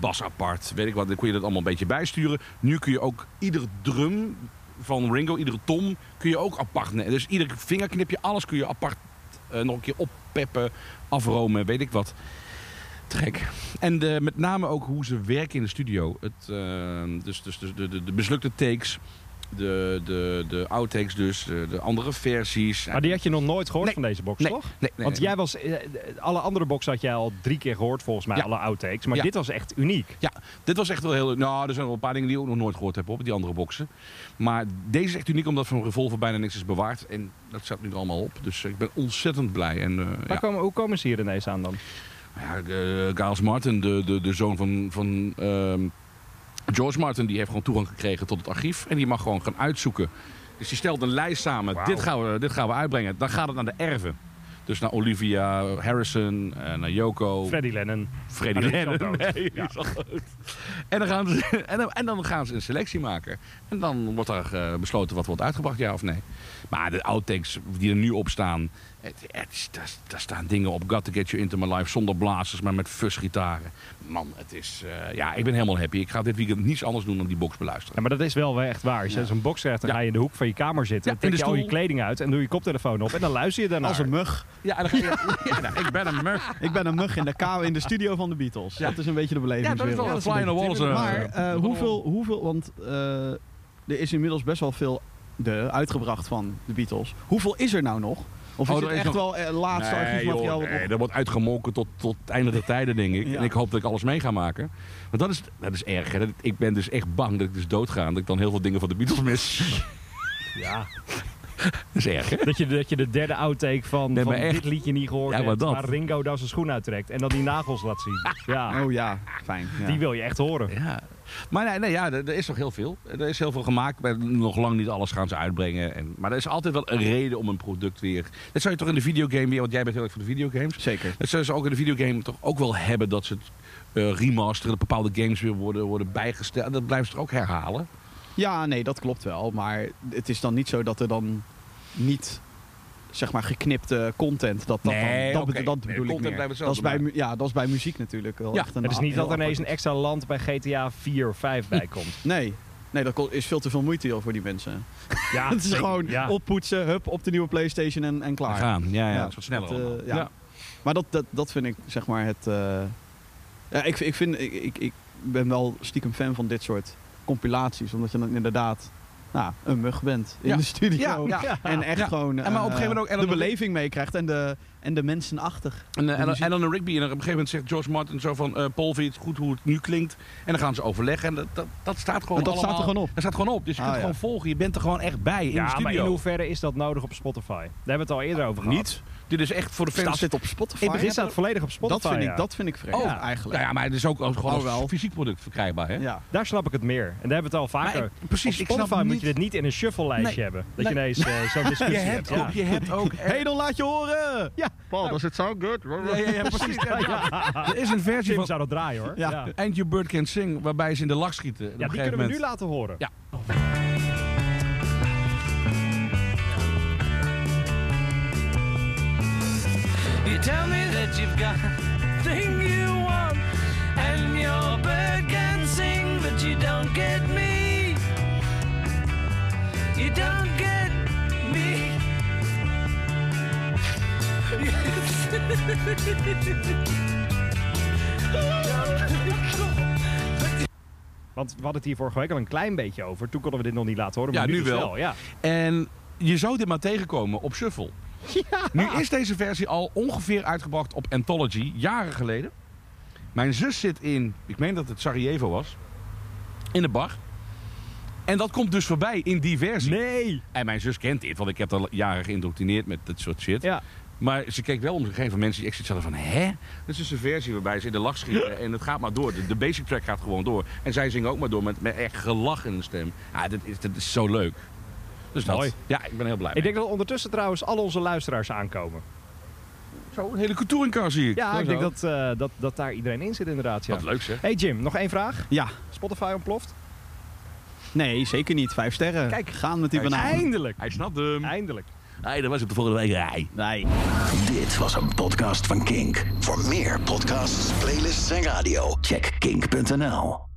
bas apart, weet ik wat. Dan kon je dat allemaal een beetje bijsturen. Nu kun je ook iedere drum van Ringo, iedere tom, kun je ook apart nemen. Dus ieder vingerknipje, alles kun je apart eh, nog een keer oppeppen, afromen, weet ik wat. Te gek. En de, met name ook hoe ze werken in de studio. Het, eh, dus dus, dus de, de, de mislukte takes, de, de, de outtakes dus, de, de andere versies.
Maar die had je nog nooit gehoord
Nee.
van deze box,
Nee.
toch?
Nee, nee,
Want
nee.
jij was, eh, alle andere box had jij al drie keer gehoord, volgens mij,
Ja.
alle outtakes. Maar
Ja.
dit was echt uniek.
Ja, dit was echt wel heel... Nou, er zijn wel een paar dingen die ik ook nog nooit gehoord heb op die andere boxen. Maar deze is echt uniek omdat van Revolver bijna niks is bewaard. En dat staat nu er allemaal op. Dus ik ben ontzettend blij. En, eh,
Maar
ja.
komen, hoe komen ze hier ineens aan dan?
Ja, de- eh, Giles Martin, de, de, de zoon van, van ehm, George Martin, die heeft gewoon toegang gekregen tot het archief. En die mag gewoon gaan uitzoeken. Dus die stelt een lijst samen. Dit, gaan we, dit gaan we uitbrengen. Dan gaat het naar de erven. Dus naar Olivia Harrison, eh, naar Yoko,
Freddy Lennon.
Freddy
Maar die is al
Lennon.
dood.
Nee, die is al dood. En, dan gaan ze, en, dan, en dan gaan ze een selectie maken. En dan wordt daar eh, besloten wat wordt uitgebracht, ja of nee. Maar de outtakes die er nu op staan... Het, het is, daar, daar staan dingen op. Got to get you into my life. Zonder blazers, maar met fusgitaren. Man, het is... eh, ja, ik ben helemaal happy. Ik ga dit weekend niets anders doen dan die box beluisteren.
Ja, maar dat is wel echt waar. Als je zo'n box krijgt, dan
Ja.
ga je in de hoek van je kamer zitten.
Ja,
dan
in
trek je
de
al je
stoel.
kleding uit en doe je koptelefoon op. En dan luister je daarnaar.
Als een mug.
Ja, en dan ga je, ja, nou, ik ben een mug.
Ik ben een mug in de, kamer, in de studio van de Beatles. Dat is een beetje de
Ja, dat is wel
belevingswereld.
een fly in the wall. zo.
Maar eh, hoeveel, hoeveel, want eh, er is inmiddels best wel veel de, uitgebracht van de Beatles. Hoeveel is er nou nog? Of is
Oh, er
het
is
echt
nog-
wel eh, laatste
Nee, joh,
archiefmateriaal? wat
nee,
nog-
dat wordt uitgemolken tot, tot het einde der tijden, denk ik.
Ja.
En ik hoop dat ik alles mee ga maken. Want dat is, dat is erg. Hè? Dat ik- Ik ben dus echt bang dat ik dus doodga. En dat ik dan heel veel dingen van de Beatles mis.
Ja.
dat is erg, hè?
Dat, je, dat je de derde outtake van,
Nee,
van
maar echt.
dit liedje niet gehoord
Ja, maar
hebt.
dat.
Waar Ringo daar zijn schoen uittrekt. En dan die nagels laat zien. Ja,
Oh ja, fijn. ja.
die wil je echt horen.
Ja. Maar nee, nee ja, er, er is nog heel veel. Er is heel veel gemaakt. Maar nog lang niet alles gaan ze uitbrengen. En, maar er is altijd wel een reden om een product weer... Dat zou je toch in de videogame weer... Want jij bent heel erg van de videogames.
Zeker.
Dat zullen ze ook in de videogame toch ook wel hebben dat ze het eh, remasteren, dat bepaalde games weer worden, worden bijgesteld. Dat blijven ze toch ook herhalen.
Ja, nee, dat klopt wel. Maar het is dan niet zo dat er dan niet, zeg maar, geknipte content. Dat, dat,
Nee,
dan, dat,
oké.
dat
Nee,
bedoel ik
content
meer.
blijft
Dat is
hetzelfde,
bij,
maar-
mu- ja, dat is bij muziek natuurlijk wel
Ja,
echt een
Het is niet
heel
dat er ineens een
apart-
extra land bij GTA 4 of 5 bij komt.
Nee, nee, dat ko- is veel te veel moeite joh, voor die mensen.
Ah,
Ja,
het is
zeker.
gewoon
Ja.
oppoetsen, hup, op de nieuwe Playstation en, en klaar.
Gaan. Ja, ja,
Ja,
dat is wat sneller.
dat, eh,
allemaal.
ja. Maar dat, dat, dat vind ik, zeg maar, het... eh, ja, ik, ik, vind, ik, ik, ik ben wel stiekem fan van dit soort compilaties. Omdat je dan inderdaad nou, een mug bent in
Ja.
de studio.
Ja, ja.
En echt
Ja.
gewoon
En maar op een
eh,
gegeven moment ook
de
Eleanor-
beleving meekrijgt en de, en de mensenachtig.
En eh,
De
Alan,
muziek.
Alan en Rigby. En op een gegeven moment zegt George Martin zo van... eh Paul, vind je het goed hoe het nu klinkt? En dan gaan ze overleggen. En dat, dat, dat staat gewoon
Maar dat staat
allemaal...
er gewoon op.
Dat staat gewoon op. Dus je
Ah,
kunt
ja.
gewoon volgen. Je bent er gewoon echt bij in de
Ja,
studio.
maar in hoeverre is dat nodig op Spotify? Daar hebben we het al eerder over gehad.
Niet. Dit is echt voor de fans.
Staat dit op Spotify?
In het begin staat het volledig op Spotify.
dat, vind
ja.
ik, dat vind ik vreemd
Oh,
eigenlijk.
Nou ja, maar het is ook als- gewoon
Oh,
als
wel.
fysiek product verkrijgbaar, hè?
Ja.
Daar snap ik het meer. En daar hebben we het al
Maar
vaker.
ik- precies,
op
ik snap
Spotify moet
niet-
je dit niet in een shuffle-lijstje
Nee.
hebben. Dat
Nee.
je ineens eh, zo'n discussie
Je hebt ook... Je hebt ook
Hedel, laat je horen!
Ja,
Paul, dat is het zo good.
ja, ja, ja, precies. Ja, ja. Er is een versie
Tim
van
zou dat draaien hoor.
Ja.
ja.
And Your Bird Can Sing... waarbij ze in de lach schieten. En op
Ja,
een
die
gegeven
kunnen we nu
moment-
laten horen.
Ja.
You tell me that you've got a thing you want, and your bird can sing, but you don't get me. You don't get me.
Want we hadden het hier vorige week al een klein beetje over. Toen konden we dit nog niet laten horen.
Ja,
Maar
nu
dus
wel.
Ja.
En je zou dit maar tegenkomen op Shuffle. Nu is deze versie al ongeveer uitgebracht op Anthology, jaren geleden. Mijn zus zit in, ik meen dat het Sarajevo was, in de bar. En dat komt dus voorbij in die versie.
Nee!
En mijn zus kent dit, want ik heb al jaren geïndoctrineerd met dit soort shit.
Ja.
Maar ze keek wel om zich heen van mensen die echt zoiets hadden van... Hè? Dat is dus een versie waarbij ze in de lach schieten en het gaat maar door. De, de basic track gaat gewoon door. En zij zingen ook maar door met, met echt gelach in de stem. Ja, dat is, dat is zo leuk. Dus dat.
Mooi.
Ja, ik ben heel blij
Ik
mee.
denk dat ondertussen trouwens al onze luisteraars aankomen.
Zo, een hele contouringkar zie ik.
Ja,
Zo,
ik denk
zo.
dat, eh, dat, dat daar iedereen in zit inderdaad. Ja.
Wat leuk zeg.
Hey Jim, nog één vraag.
Ja,
Spotify ontploft?
nee, zeker niet. Vijf sterren.
Kijk.
gaan met die
Nou.
banaan.
Eindelijk.
Hij snapt hem.
Eindelijk.
Hey, dat was het de volgende week. Hey.
Nee.
Dit was een podcast van Kink. Voor meer podcasts, playlists en radio, check kink.nl.